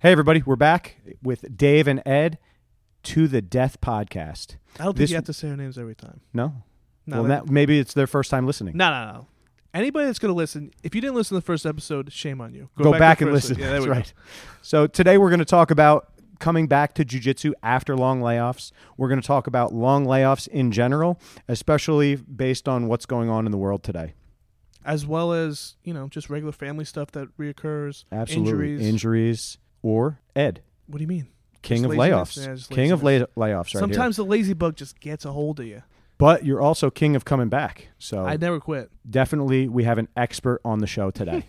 Hey, everybody, we're back with Dave and Ed to the Death Podcast. I don't think This- you have to say their names every time. No? well, No, that- that, maybe it's their first time listening. no, no, no. Anybody that's going to listen, if you didn't listen to the first episode, shame on you. Go, back, to the and first listen. one. Yeah, there That's we right. So today we're going to talk about coming back to jujitsu after long layoffs. We're going to talk about long layoffs in general, especially based on what's going on in the world today. go. As well as, you know, just regular family stuff that reoccurs. Absolutely. Injuries. Injuries or Ed, what do you mean? king Just of laziness. layoffs. Yeah, just king of lay- layoffs right here. Sometimes the lazy bug just gets a hold of you. But you're also king of coming back. So I never quit. definitely we have an expert on the show today.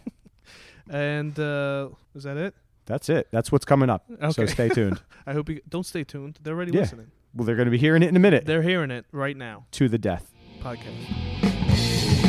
And uh is that it? That's it. That's what's coming up. So Okay. stay tuned. I hope you don't stay tuned. They're already Yeah. listening. well, they're going to be hearing it in a minute. They're hearing it right now. to the death. Podcast.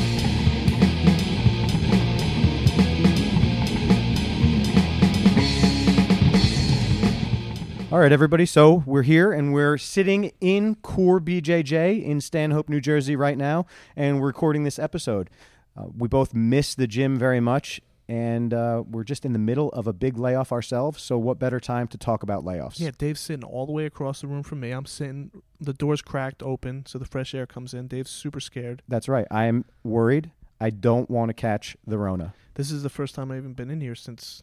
All right, everybody. So we're here and we're sitting in Core BJJ in Stanhope, New Jersey right now, and we're recording this episode. Uh, we both miss the gym very much, and uh, we're just in the middle of a big layoff ourselves. So, what better time to talk about layoffs? Yeah, Dave's sitting all the way across the room from me. I'm sitting. The door's cracked open, so the fresh air comes in. Dave's super scared. That's right. I am worried. I don't want to catch the Rona. This is the first time I've even been in here since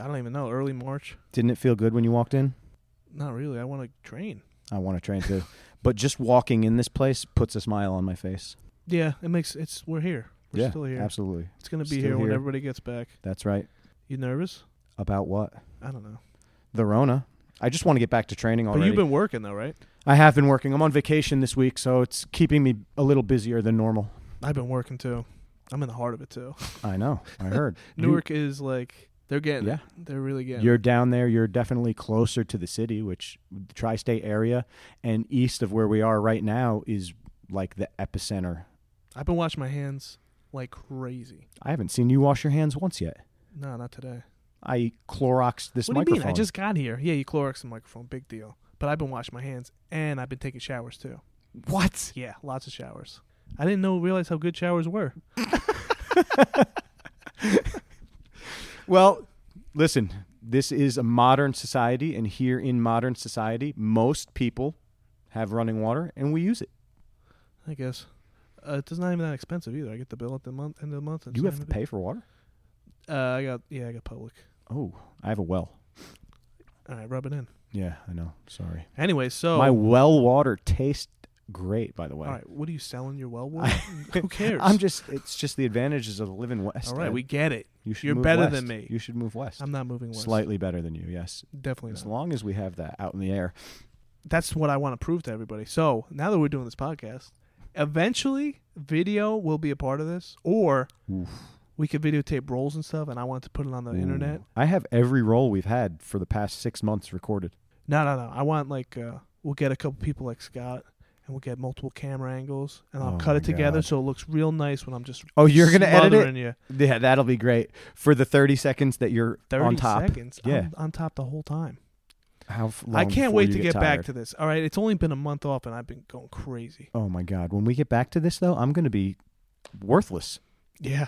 I don't even know early March. Didn't it feel good when you walked in? Not really. I want to train. I want to train too. but just walking in this place puts a smile on my face. Yeah, it makes it's. We're here. We're yeah, still here. absolutely. It's gonna be Still here, when here. everybody gets back. That's right. You nervous? About what? I don't know. The Rona. I just want to get back to training already. But you've been working though, right? I have been working. I'm on vacation this week, so it's keeping me a little busier than normal. I've been working too. I'm in the heart of it too. I know. I heard. You- Newark is like they're getting. Yeah. It. They're really getting. it. You're down there. You're definitely closer to the city, which the tri-state area and east of where we are right now is like the epicenter. I've been washing my hands like crazy. I haven't seen you wash your hands once yet. No, not today. I Cloroxed this what do you microphone. mean? I just got here. Yeah, you Clorox the microphone, big deal. But I've been washing my hands and I've been taking showers too. what? Yeah, lots of showers. I didn't know realize how good showers were. Well, listen. This is a modern society, and here in modern society, most people have running water, and we use it. I guess uh, it's not even that expensive either. I get the bill at the month end of the month. It's you not have to even- pay for water. Uh, I got yeah, I got public. Oh, I have a well. All right, rub it in. Yeah, I know. Sorry. Anyway, so My well water tastes great, by the way. Oh. all right, what are you selling your well with? Who cares? I'm just it's just the advantages of living west. all right. Ed. We get it. you should you're move better west. than me. You should move west. I'm not moving west. Slightly better than you, yes. Definitely As not. long as we have that out in the air. that's what I want to prove to everybody. So now that we're doing this podcast, eventually video will be a part of this, or Oof. we could videotape rolls and stuff, and I want to put it on the internet. Ooh. I have every role we've had for the past six months recorded. No, no, no. I want like uh, we'll get a couple people like Scott, and we'll get multiple camera angles, and I'll Oh cut it my together God. so it looks real nice when I'm just Oh, you're gonna edit it? smothering you. Yeah, that'll be great. For the thirty seconds that you're Thirty on top. seconds. Yeah. I'm on top the whole time. How f- I long can't before wait you to get get, back tired? to this. All right, it's only been a month off, and I've been going crazy. Oh my god. When we get back to this though, I'm gonna be worthless. Yeah,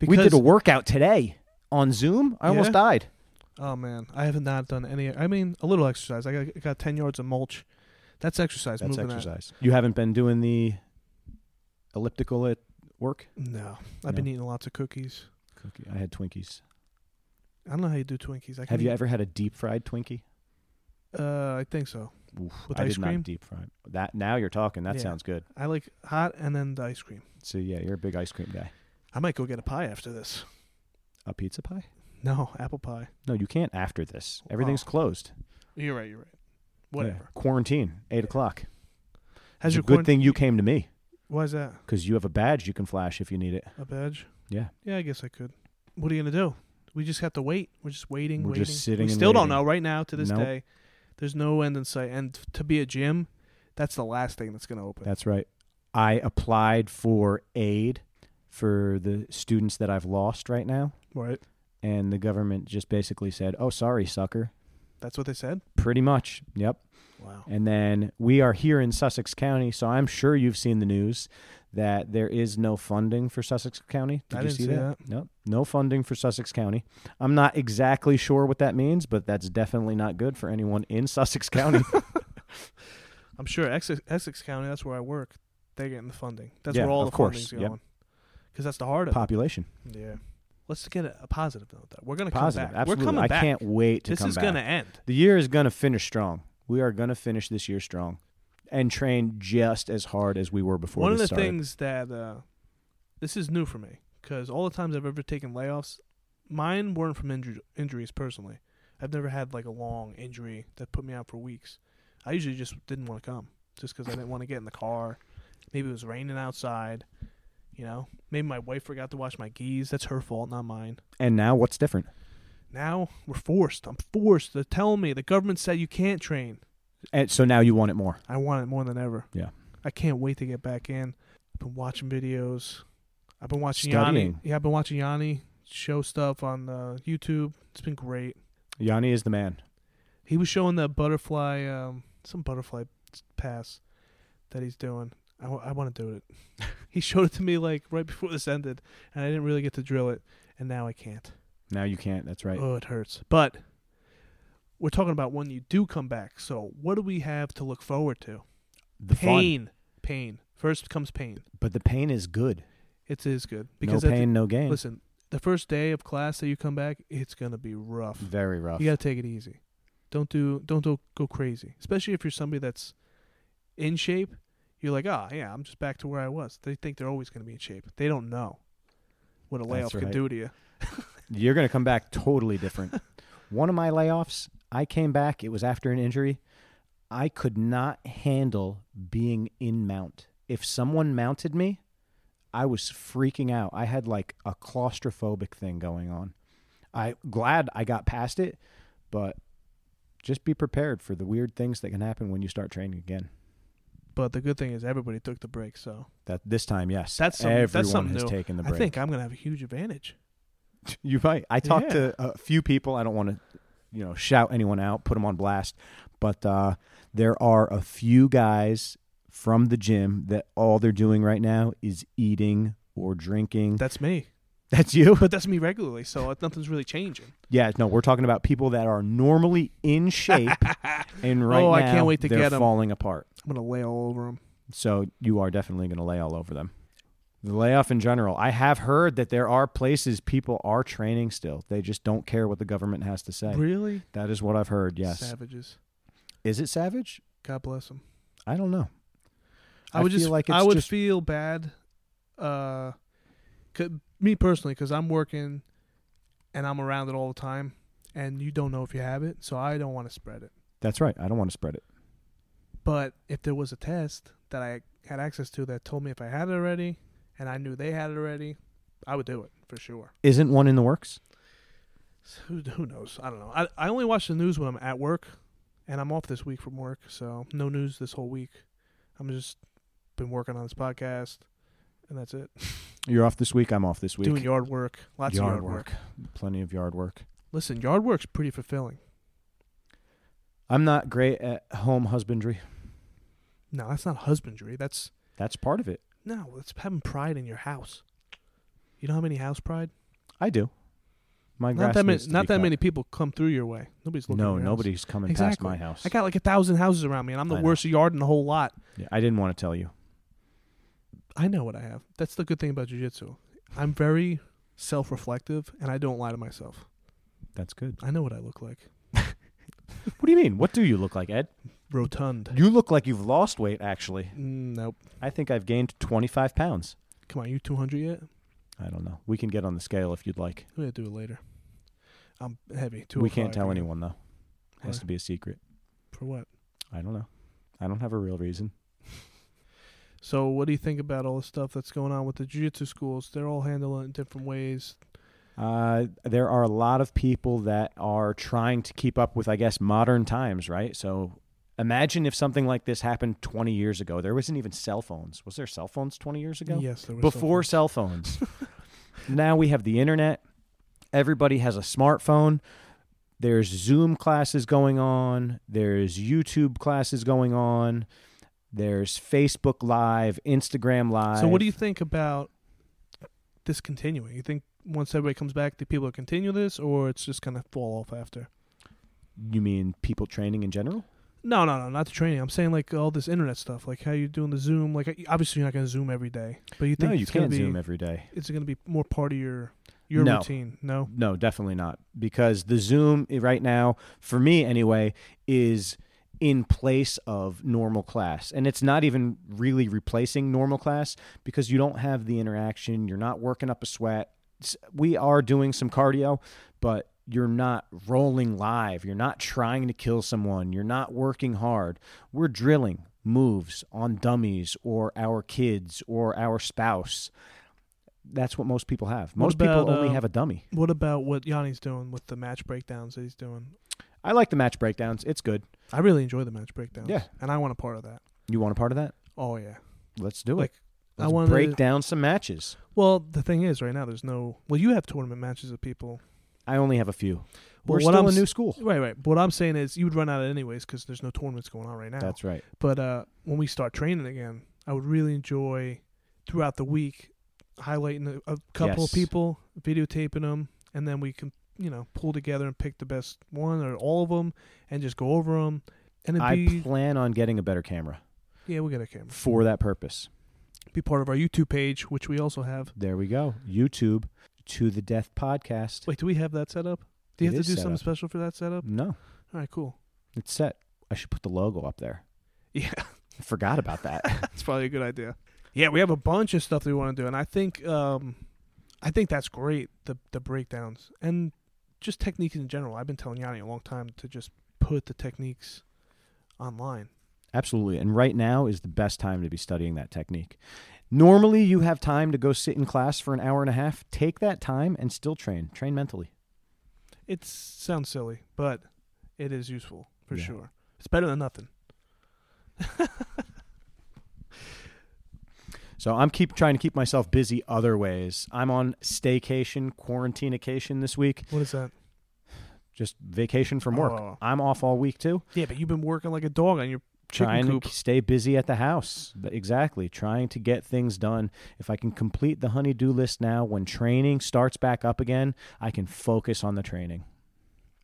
we did a workout today on Zoom. I almost Yeah? died. Oh man, I have not done any. I mean, a little exercise. I got, I got ten yards of mulch. That's exercise. That's moving that. exercise. You haven't been doing the elliptical at work? No, I've been eating lots of cookies. Cookie. I had Twinkies. I don't know how you do Twinkies. I can Have you eat- ever had a deep fried Twinkie? Uh, I think so. Oof, With I ice did cream? not deep fry. That now you're talking. That Yeah. sounds good. I like hot and then the ice cream. So yeah, you're a big ice cream guy. I might go get a pie after this. A pizza pie? No, apple pie. No, you can't after this. Everything's closed. You're right. You're right. Yeah. Whatever. Quarantine. Eight o'clock. Has it's your a good quarant- thing you came to me Why is that? because you have a badge you can flash if you need it. A badge? Yeah. Yeah, I guess I could. What are you gonna do? We just have to wait. We're just waiting. We're waiting. just sitting and We still don't waiting. know right now. To this Nope. day, there's no end in sight. And to be a gym, that's the last thing that's gonna open. That's right. I applied for aid for the students that I've lost right now. right. and the government just basically said, "Oh, sorry, sucker." That's what they said. Pretty much. Yep. Wow. And then we are here in Sussex County, so I'm sure you've seen the news that there is no funding for Sussex County. Did I you didn't see, see that? No, no funding for Sussex County. I'm not exactly sure what that means, but that's definitely not good for anyone in Sussex County. I'm sure Essex, Essex County, that's where I work. They're getting the funding. That's Yeah, where all of the course. funding's Yep. going. Because that's the heart of Population it. Yeah. Let's get a, a positive note. Though we're gonna positive, come back. absolutely. We're coming I back. can't wait to this come is back. gonna end. The year is gonna finish strong. We are gonna finish this year strong, and train just as hard as we were before. One of this the started. things that uh, this is new for me because all the times I've ever taken layoffs, mine weren't from inju- injuries personally. I've never had like a long injury that put me out for weeks. I usually just didn't want to come just because I didn't want to get in the car. Maybe it was raining outside. You know, maybe my wife forgot to wash my geese. That's her fault, not mine. And now, what's different? Now we're forced. I'm forced. They're telling me the government said you can't train. And so now you want it more. I want it more than ever. Yeah. I can't wait to get back in. I've been watching videos. I've been watching Yanni. Studying. Yeah, I've been watching Yanni show stuff on uh, YouTube. It's been great. Yanni is the man. He was showing the butterfly, um, some butterfly pass that he's doing. I, w- I want to do it. he showed it to me like right before this ended, and I didn't really get to drill it, and now I can't. Now you can't. That's right. Oh, it hurts. But we're talking about when you do come back. So what do we have to look forward to? the fun, pain, pain. First comes pain. but the pain is good. It is good because no at pain, no The, gain. listen, the first day of class that you come back, it's gonna be rough. Very rough. You gotta take it easy. Don't do don't do, go crazy, especially if you're somebody that's in shape. You're like, ah, yeah, I'm just back to where I was. They think they're always gonna be in shape. They don't know what a That's layoff can right. do to you. You're going to come back totally different. One of my layoffs, I came back. It was after an injury. I could not handle being in mount. If someone mounted me, I was freaking out. I had like a claustrophobic thing going on. I glad I got past it, but just be prepared for the weird things that can happen when you start training again. But the good thing is everybody took the break, so That this time, yes, That's something- that's everyone something has new. taken the I break. think I'm gonna have a huge advantage. You might. I talked Yeah. to a few people. I don't want to, you know, shout anyone out, put them on blast, but uh, there are a few guys from the gym that all they're doing right now is eating or drinking. That's me, That's you. but that's me regularly, so uh, nothing's really changing. yeah. No, we're talking about people that are normally in shape, and right Oh, now I can't wait to they're get 'em. falling apart. I'm gonna lay all over them. So you are definitely going to lay all over them. The layoff in general. I have heard that there are places people are training still. They just don't care what the government has to say. Really? That is what I've heard. Yes. Savages. Is it savage? God bless them. I don't know. I would feel just like it's I would just feel bad uh could, me personally cuz I'm working and I'm around it all the time and you don't know if you have it so I don't want to spread it. that's right. I don't want to spread it. But if there was a test that I had access to that told me if I had it already and I knew they had it already, I would do it for sure. Isn't one in the works? So who, who knows? I don't know. I I only watch the news when I'm at work and I'm off this week from work, so no news this whole week. I'm just been working on this podcast and that's it. You're off this week. I'm off this week. Doing yard work. Lots of yard work. Plenty of yard work. Listen, yard work's pretty fulfilling. I'm not great at home husbandry. No, that's not husbandry. That's That's part of it. no, that's having pride in your house. You don't have any house pride? I do. My Not grass that many needs to not be that cut. many people come through your way. Nobody's looking at No, your house. nobody's coming past Exactly. my house. I got like a thousand houses around me and I'm the I know. worst yard in the whole lot. yeah, I didn't want to tell you. I know what I have. That's the good thing about jujitsu. I'm very self reflective and I don't lie to myself. That's good. I know what I look like. What do you mean? What do you look like, Ed? Rotund. You look like you've lost weight. Actually, Mm, nope. I think I've gained 25 pounds. Come on, you two hundred yet? I don't know. We can get on the scale if you'd like. We're gonna do it later. I'm heavy. Two oh We can't tell anyone though. Has to be a secret. For what? I don't know. I don't have a real reason. So, what do you think about all the stuff that's going on with the jiu-jitsu schools? They're all handling it in different ways. Uh, there are a lot of people that are trying to keep up with, I guess, modern times, right? So imagine if something like this happened 20 years ago. There wasn't even cell phones. Was there cell phones 20 years ago? Yes, there was Before cell something. phones. now we have the internet. Everybody has a smartphone. There's Zoom classes going on. There's YouTube classes going on. There's Facebook Live, Instagram Live. So what do you think about this continuing? You think once everybody comes back, the people will continue this, or it's just gonna fall off after? You mean people training in general? No, no, no, not the training. I'm saying like all this internet stuff, like how you doing the Zoom. Like I- obviously you're not gonna Zoom every day, but you think no, you it's gonna can't be, Zoom every day. It's gonna be more part of your your No. routine. No, No, definitely not. Because the Zoom i- right now, for me anyway, is in place of normal class. And it's not even really replacing normal class because you don't have the interaction. You're not working up a sweat. S- We are doing some cardio, but you're not rolling live. You're not trying to kill someone. You're not working hard. We're drilling moves on dummies or our kids or our spouse. That's what most people have. What Most about, people only uh, have a dummy. What about what Yanni's doing with the match breakdowns that he's doing? I like the match breakdowns. It's good. I really enjoy the match breakdowns. Yeah. and I want a part of that. You want a part of that? Oh yeah, Let's do Like, it. I Let's wanted break to- down some matches. Well, the thing is, right now there's no. Well, you have tournament matches of people. I only have a few. Well, We're what still I'm a s- new school. Right, right. But what I'm saying is, you would run out of it anyways because there's no tournaments going on right now. That's right. but uh, when we start training again, I would really enjoy throughout the week highlighting a, a couple Yes. of people, videotaping them, and then we can you know pull together and pick the best one or all of them, and just go over them. And it'd I be plan on getting a better camera yeah, we'll get a camera. for that purpose. Be part of our YouTube page, which we also have. There we go. YouTube to the death podcast. Wait, do we have that set up? Do you It have is to do set something up. Mm. special for that setup? No, All right, cool. it's set. I should put the logo up there. Yeah, I forgot about that. that's probably a good idea. Yeah, we have a bunch of stuff that we want to do, and I think um, I think that's great. The the breakdowns and just techniques in general. I've been telling Yanni a long time to just put the techniques online. Absolutely. And right now is the best time to be studying that technique. Normally, you have time to go sit in class for an hour and a half. Take that time and still train. Train mentally. It sounds silly, but it is useful for Yeah. sure. It's better than nothing. So I'm keep trying to keep myself busy other ways. I'm on staycation, quarantinecation this week, What is that? just vacation from work. Oh. I'm off all week too, Yeah, but you've been working like a dog on your chicken trying coop. to stay busy at the house. Th- Exactly, trying to get things done. If I can complete the honey-do list now, when training starts back up again, I can focus on the training.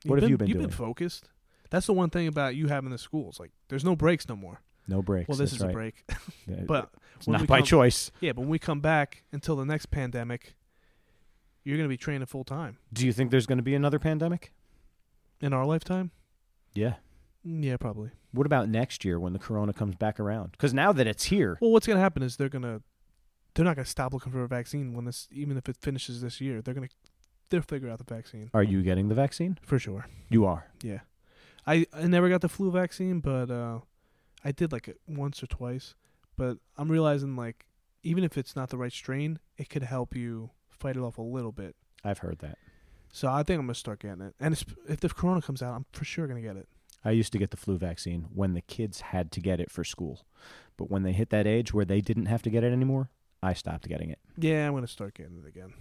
What have you been You've doing? been focused. That's the one thing about you having the schools. Like, there's no breaks no more. No breaks. well, this that's is a right. break, Yeah, but it's when not we by come- choice. Yeah, but when we come back until the next pandemic, you're going to be training full time Do you think there's going to be another pandemic? in our lifetime. Yeah. Mm, Yeah, probably. What about next year when the corona comes back around? Because now that it's here, Well, what's going to happen is they're going to they're not going to stop looking for a vaccine when this even if it finishes this year. They're going to they'll figure out the vaccine are you getting the vaccine? for sure. You are. Yeah, I I never got the flu vaccine, but uh, I did like it once or twice. But I'm realizing like even if it's not the right strain, it could help you fight it off a little bit. I've heard that. So I think I'm gonna start getting it, and it's, if the corona comes out, I'm for sure gonna get it. I used to get the flu vaccine when the kids had to get it for school. But when they hit that age where they didn't have to get it anymore, I stopped getting it. Yeah, I'm gonna start getting it again,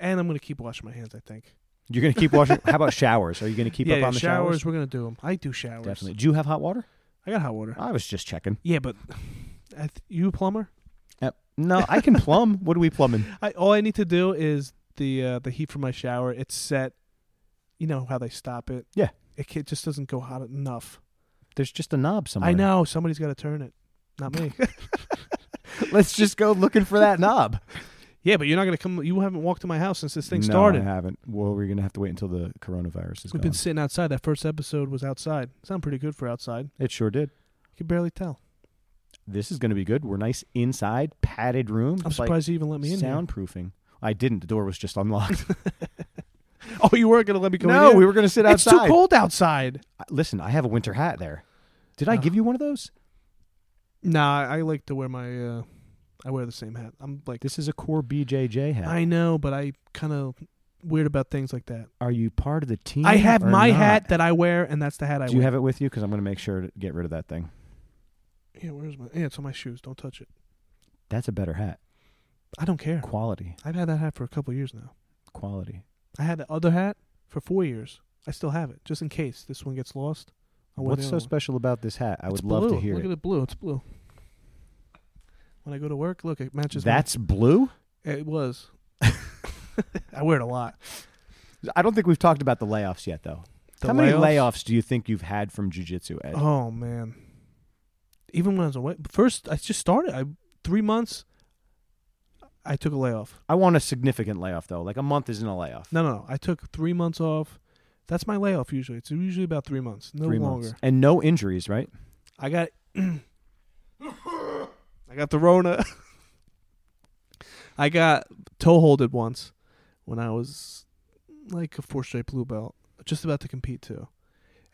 and I'm gonna keep washing my hands. I think. You're going to keep washing. how about showers? Are you going to keep yeah, up yeah, on the showers. showers? We're gonna do them. I do showers. Definitely. Do you have hot water? I got hot water. I was just checking. Yeah, but I th- you a plumber? Yep. No, I can plumb. what are we plumbing? I all I need to do is the uh, the heat from my shower. It's set. You know how they stop it. Yeah. It, ca- it just doesn't go hot enough. There's just a knob somewhere. I know somebody's got to turn it, not me. Let's just go looking for that knob. yeah, but you're not gonna come. You haven't walked to my house since this thing no, started. I haven't. Well, we're going to have to wait until the coronavirus is We've gone. been sitting outside. That first episode was outside. Sound pretty good for outside. it sure did. You can barely tell. This is going to be good. We're nice inside, padded room. I'm It's like surprised you even let me in. here. soundproofing. I didn't. The door was just unlocked. Oh, you weren't gonna let me go in. no, here? we were going to sit It's outside. too cold outside. I- Listen, I have a winter hat there. Did I Oh. give you one of those? Nah, I like to wear my. Uh, I wear the same hat. I'm like. This is a core BJJ hat. I know, but I kind of weird about things like that. Are you part of the team? I have or my not? hat that I wear, and that's the hat I Do you wear. have it with you? Because I'm going to make sure to get rid of that thing. yeah, where's my? Yeah, it's on my shoes. Don't touch it. That's a better hat. I don't care. Quality, I've had that hat for a couple years now. quality. I had the other hat for four years. I still have it, just in case this one gets lost. I'll wear What's the so other one. special about this hat? I It's would love blue. to hear Look it. at it blue. It's blue. When I go to work, look, it matches. my- That's blue? it was. I wear it a lot. I don't think we've talked about the layoffs yet, though. The How many layoffs do you think you've had from jujitsu, Ed? Oh man. Even when I was away, first I just started. I three months. I took a layoff. I want a significant layoff, though. Like a month isn't a layoff. No, no, no. I took three months off. That's my layoff usually. It's usually about three months, no Three longer. months. And no injuries, right? I got, I got the Rona. I got toe holded once when I was like a four straight blue belt, just about to compete too,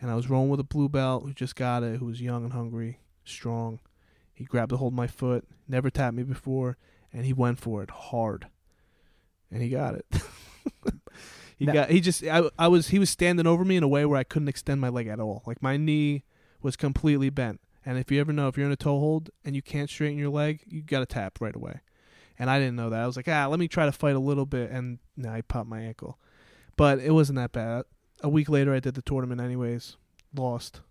and I was rolling with a blue belt who just got it, who was young and hungry, strong. He grabbed a hold of my foot, never tapped me before, and he went for it hard, and he got it. he Now- got. He just. I. I was. He was standing over me in a way where I couldn't extend my leg at all. Like my knee was completely bent. And if you ever know, if you're in a toe hold and you can't straighten your leg, you got to tap right away. And I didn't know that. I was like, ah, let me try to fight a little bit. And no, I popped my ankle. But it wasn't that bad. A week later, I did the tournament anyways. Lost.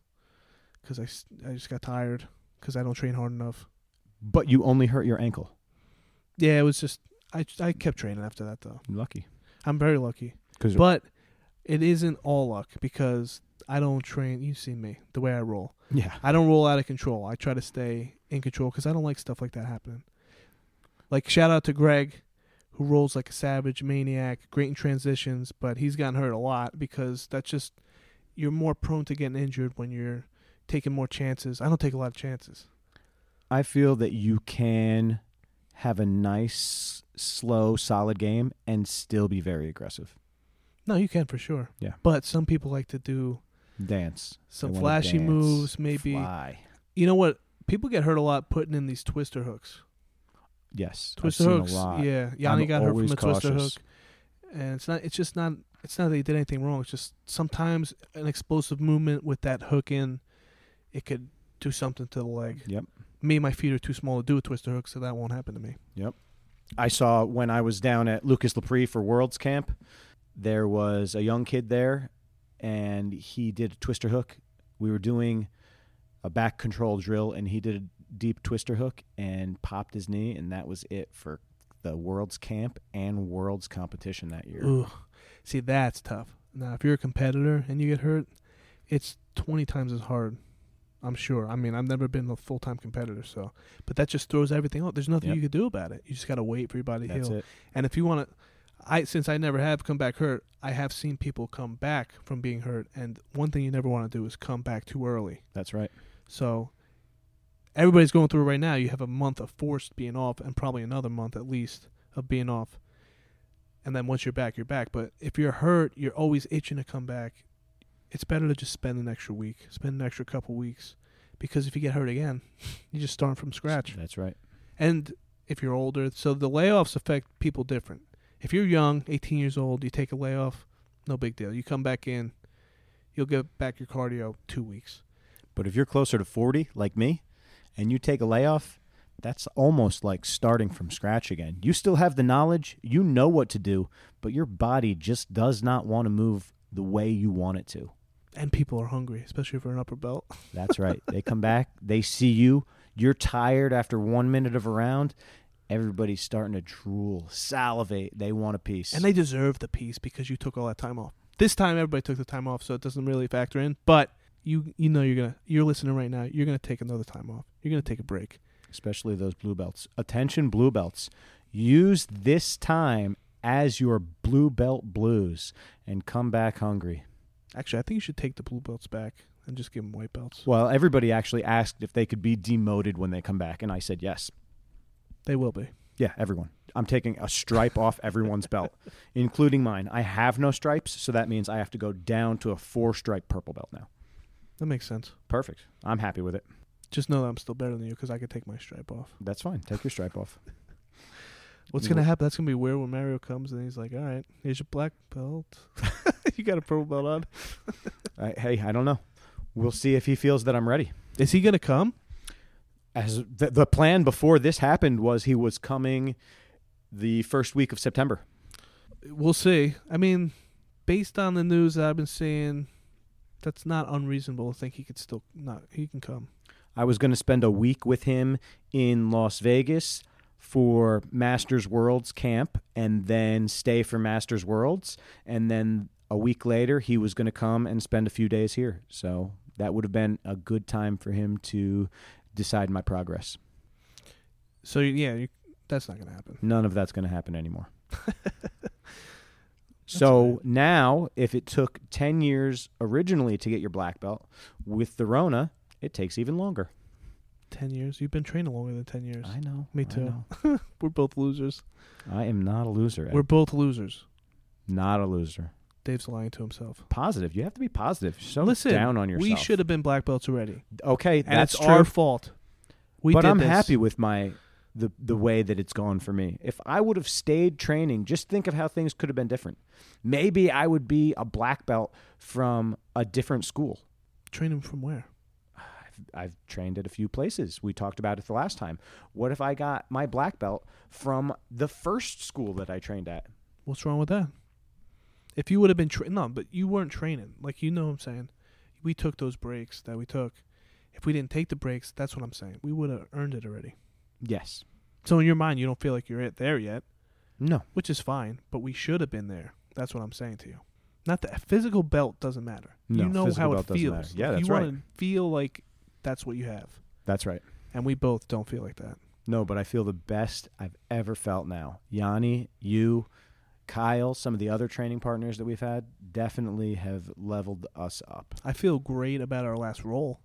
Because I, s- I just got tired. Because I don't train hard enough. But you only hurt your ankle. Yeah, it was just, I, I kept training after that, though. You're lucky. I'm very lucky. Because But it isn't all luck because I don't train. You see me, the way I roll. yeah, I don't roll out of control. I try to stay in control because I don't like stuff like that happening. Like shout out to Greg, who rolls like a savage maniac, great in transitions, but he's gotten hurt a lot because that's just you're more prone to getting injured when you're taking more chances. I don't take a lot of chances. I feel that you can have a nice, slow, solid game and still be very aggressive. No, you can for sure. Yeah. But some people like to do Dance. some They wanna flashy dance, moves, maybe. Fly. You know what? People get hurt a lot putting in these twister hooks. Yes. I've Twister seen hooks. A lot. Yeah, Yanni I'm got hurt from always a twister hook, cautious. and it's not. It's just not. It's not that he did anything wrong. It's just sometimes an explosive movement with that hook in, it could do something to the leg. Yep. Me, my feet are too small to do a twister hook, so that won't happen to me. I saw when I was down at Lucas Lepree for Worlds Camp, there was a young kid there and he did a twister hook. We were doing a back control drill and he did a deep twister hook and popped his knee and that was it for the Worlds Camp and Worlds competition that year. Ooh, see, that's tough. Now, if you're a competitor and you get hurt, it's twenty times as hard. I'm sure. I mean, I've never been a full time competitor, so but that just throws everything out. There's nothing Yep. you can do about it. You just gotta wait for your body to That's heal. it. And if you want to, I since I never have come back hurt, I have seen people come back from being hurt. And one thing you never want to do is come back too early. That's right. So everybody's going through it right now. You have a month of forced being off, and probably another month at least of being off. And then once you're back, you're back. But if you're hurt, you're always itching to come back. It's better to just spend an extra week, spend an extra couple weeks, because if you get hurt again, you just start from scratch That's right. and if you're older so the layoffs affect people different if you're young 18 years old you take a layoff no big deal you come back in you'll get back your cardio two weeks But if you're closer to 40 like me and you take a layoff, that's almost like starting from scratch again. You still have the knowledge, you know what to do, but your body just does not want to move the way you want it to. and people are hungry especially if you're an upper belt That's right. they come back, they see you, you're tired after 1 minute of a round. Everybody's starting to drool, salivate. They want a piece. and they deserve the piece because you took all that time off this time everybody took the time off so it doesn't really factor in but you you know you're gonna you're listening right now you're gonna take another time off you're gonna take a break especially those blue belts. Attention, blue belts. Use this time as your blue belt blues and come back hungry. actually i think you should take the blue belts back and just give them white belts Well, everybody actually asked if they could be demoted when they come back, and I said yes. they will be Yeah, everyone. I'm taking a stripe off everyone's belt, including mine. I have no stripes, so that means I have to go down to a four stripe purple belt now. that makes sense Perfect. I'm happy with it. just know that i'm still better than you because i could take my stripe off That's fine. Take your stripe off. What's You gonna know- happen? That's gonna be weird when Mario comes and he's like, "All right, here's your black belt. you got a purple belt on." I, hey, I don't know. We'll see if he feels that I'm ready. Is he gonna come? As the, the plan before this happened was he was coming the first week of September. We'll see. I mean, based on the news that I've been seeing, that's not unreasonable to think he could still not he can come. I was going to spend a week with him in Las Vegas for Masters Worlds camp and then stay for Masters Worlds. And then a week later, he was going to come and spend a few days here. So that would have been a good time for him to decide my progress. So yeah, you, that's not going to happen. None of that's going to happen anymore. so now, if it took 10 years originally to get your black belt, with the Rona, it takes even longer. Ten years. You've been training longer than ten years. I know. Me I too. know. We're both losers. I am not a loser. Ed. We're both losers. not a loser. Dave's lying to himself. Positive. You have to be positive. You're so Listen, down on yourself. We should have been black belts already, Okay, and that's it's true. our fault. We but did I'm this. happy with my the the way that it's gone for me. If I would have stayed training, just think of how things could have been different. Maybe I would be a black belt from a different school. Training from where? I've, I've trained at a few places. We talked about it the last time. What if I got my black belt from the first school that I trained at? What's wrong with that? If you would have been tra- no, but you weren't training. Like you know, what I'm saying, we took those breaks that we took. If we didn't take the breaks, that's what I'm saying. We would have earned it already. Yes. So in your mind, you don't feel like you're at there yet, No. which is fine. But we should have been there. That's what I'm saying to you. Not that physical belt doesn't matter. No, you know physical how it belt doesn't feels. matter. Yeah, Like, that's you right. want to feel like that's what you have, That's right. and we both don't feel like that. No, but I feel the best I've ever felt now. Yanni, you, Kyle, some of the other training partners that we've had definitely have leveled us up. I feel great about our last roll.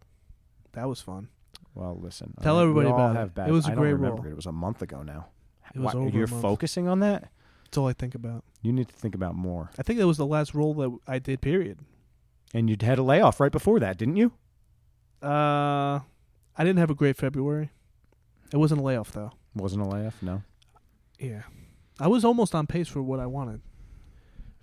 That was fun. Well, listen. Tell all right, everybody we all about it. have Bad, It was a I great don't remember. roll. It was a month ago now. It was over a you're month. focusing on that? That's all I think about. You need to think about more. I think that was the last roll that I did. Period. And you had a layoff right before that, didn't you? Uh, I didn't have a great February. It wasn't a layoff though. Wasn't a layoff? No. Yeah, I was almost on pace for what I wanted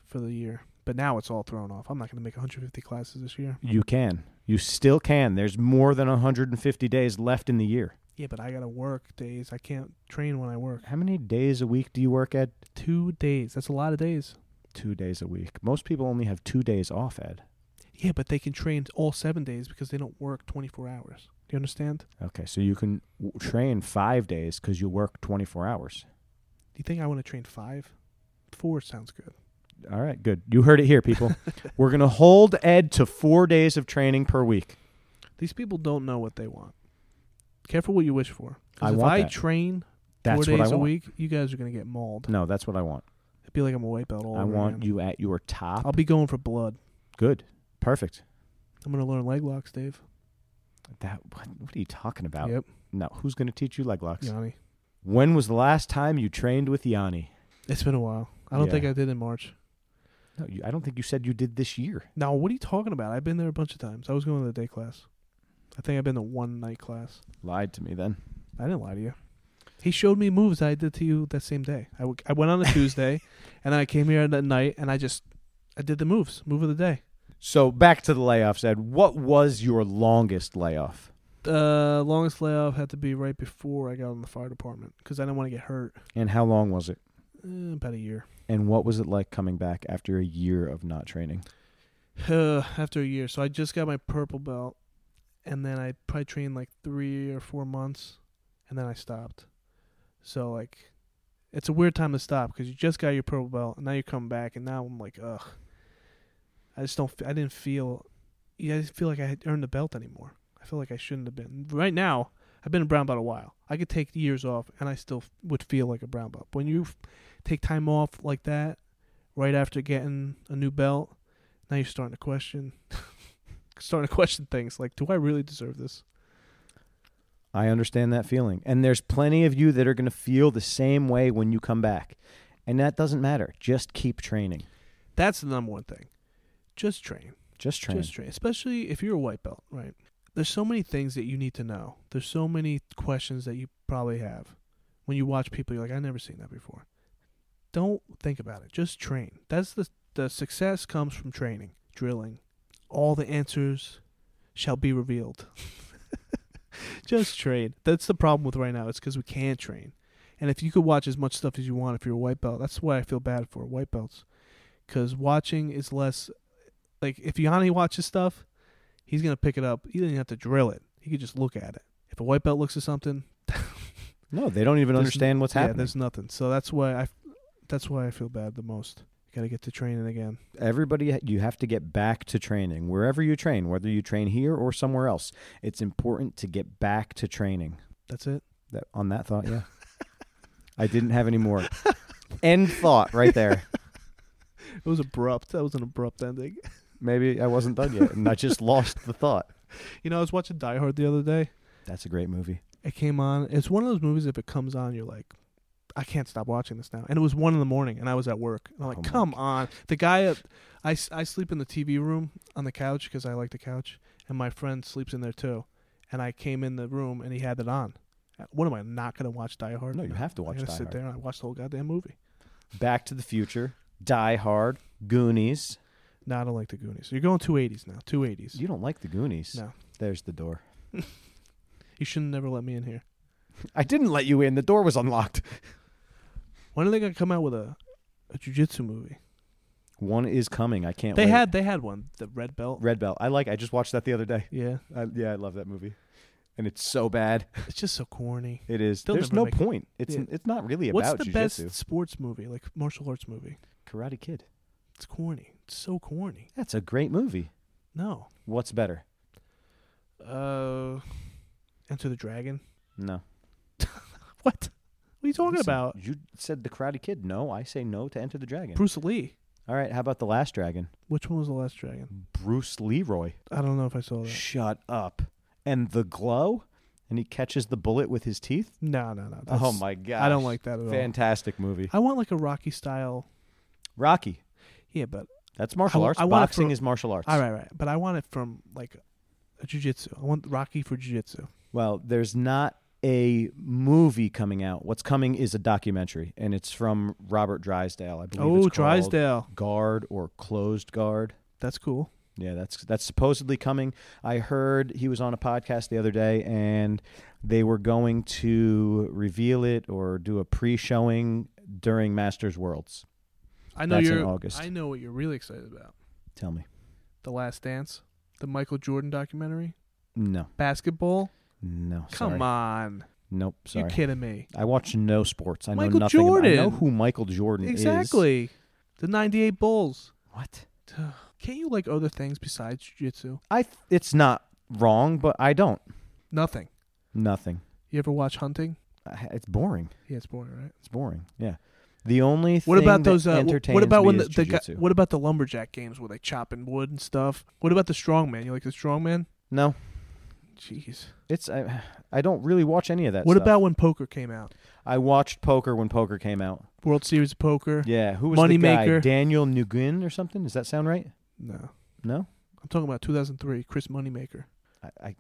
for the year, but now it's all thrown off. I'm not going to make 150 classes this year. You can. You still can. There's more than 150 days left in the year. Yeah, but I got to work days. I can't train when I work. How many days a week do you work at? Two days. That's a lot of days. Two days a week. Most people only have two days off, Ed. Yeah, but they can train all seven days because they don't work 24 hours. Do you understand? Okay, so you can w- train five days because you work 24 hours. Do you think I want to train five? Four sounds good. All right, good. You heard it here, people. We're going to hold Ed to four days of training per week. These people don't know what they want. Careful what you wish for. 'Cause I if want I that. train That's four what I days want. a week, you guys are going to get mauled. No, that's what I want. It'd be like I'm a white belt all I over want again. you at your top. I'll be going for blood. Good. Perfect. I'm going to learn leg locks, Dave. That what, what are you talking about? Yep, No, who's going to teach you leg locks? Yanni. When was the last time you trained with Yanni? It's been a while. I don't Yeah. think I did in March. No, you, I don't think you said you did this year. Now, what are you talking about? I've been there a bunch of times. I was going to the day class. I think I've been to one night class. Lied to me then. I didn't lie to you. He showed me moves I did to you that same day. I, w- I went on a Tuesday, and I came here at night, and I just I did the moves, move of the day. So back to the layoffs, Ed. What was your longest layoff? The Uh, longest layoff had to be right before I got in the fire department because I didn't want to get hurt. And how long was it? Eh, about a year. And what was it like coming back after a year of not training? Uh, after a year, so I just got my purple belt, and then I probably trained like three or four months, and then I stopped. So like, it's a weird time to stop because you just got your purple belt, and now you're coming back, and now I'm like, ugh. I just don't. f- I didn't feel. Yeah, I didn't feel like I had earned the belt anymore. I feel like I shouldn't have been. Right now, I've been a brown belt a while. I could take years off, and I still f- would feel like a brown belt. When you f- take time off like that, right after getting a new belt, now you're starting to question, starting to question things like, do I really deserve this? I understand that feeling. And there's plenty of you that are going to feel the same way when you come back. And that doesn't matter. Just keep training. That's the number one thing. Just train. Just train. Just train. Especially if you're a white belt, right? There's so many things that you need to know. There's so many questions that you probably have. When you watch people, you're like, I've never seen that before. Don't think about it. Just train. That's the the success comes from training, drilling. All the answers shall be revealed. Just train. That's the problem with right now. It's because we can't train. And if you could watch as much stuff as you want, if you're a white belt, that's what I feel bad for white belts, because watching is less Like if Yanni watches stuff, he's gonna pick it up. He doesn't have to drill it. He could just look at it. If a white belt looks at something, No, they don't even There's- understand what's yeah, happening. there's nothing. So that's why I, that's why I feel bad the most. Got to get to training again. everybody you have to get back to training wherever you train whether you train here or somewhere else it's important to get back to training That's it. that on that thought yeah i didn't have any more end thought right there It was abrupt. That was an abrupt ending. maybe i wasn't done yet and i just lost the thought You know, I was watching Die Hard the other day. that's a great movie It came on. It's one of those movies. If it comes on, you're like, I can't stop watching this now. And it was one in the morning, and I was at work. And I'm like, Oh my come on. The guy, at, I s- I sleep in the TV room on the couch because I like the couch, and my friend sleeps in there too. And I came in the room, and he had it on. Uh, What am I not gonna watch Die Hard? no you have to watch I die gotta sit hard there and I watch the whole goddamn movie. back to the future die hard goonies No, I don't like the Goonies. You're going two eighties now. Two eighties. You, you don't like the goonies No. there's the door shouldn't never let me in here. i didn't let you in the door was unlocked When are they gonna come out with a a jujitsu movie? one is coming i can't They wait. had they had one, the red belt. red belt i like i just watched that the other day Yeah. I, yeah, I love that movie, and it's so bad. It's just so corny. It is. They'll There's never no make it. point. It's Yeah. it's not really What's about the jujitsu. best sports movie, like martial arts movie? Karate Kid. It's corny. It's so corny. That's a great movie. No. What's better? Uh Enter the Dragon. No. What? What are you talking Listen, about? You said the Karate Kid. No, I say no to Enter the Dragon. Bruce Lee. All right. How about the Last Dragon? Which one was the last dragon? Bruce Leroy. I don't know if I saw that. Shut up. And the glow, and he catches the bullet with his teeth. No, no, no. oh that's- my god. I don't like that at all. Fantastic movie. I want like a Rocky style. Rocky. Yeah, but That's martial I- arts. I want it Boxing for- is martial arts. all right, right. But I want it from like a jujitsu. I want Rocky for jujitsu. Well, there's not a movie coming out. What's coming is a documentary, and it's from Robert Drysdale. I believe. it's Oh, called Drysdale. Guard or Closed Guard. That's cool. Yeah, that's that's supposedly coming. I heard he was on a podcast the other day, and they were going to reveal it or do a pre-showing during Masters Worlds. I know that's you're. in August. I know what you're really excited about. Tell me, The Last Dance, the Michael Jordan documentary, no, basketball. no, Come sorry. on, nope, you sorry. kidding me? I watch no sports. I Michael know nothing. about- I know Jordan. who Michael Jordan is. Exactly. The '98 Bulls. What? Can't you like other things besides jujitsu? I. Th- it's not wrong, but I don't. Nothing. Nothing. You ever watch hunting? I- It's boring. Yeah, it's boring, right? It's boring. Yeah. The only What thing about those? that Uh, wh- entertains what about me when the, is the guy, jujitsu. what about the lumberjack games where they chopping wood and stuff? What about the strongman? You like the strongman? No, Jeez. it's I, I don't really watch any of that. what stuff. about when poker came out? I watched poker when poker came out. World Series of Poker? Yeah, who was the guy? Moneymaker. Daniel Nguyen or something? Does that sound right? No, No, I'm talking about 2003. Chris Moneymaker. I, I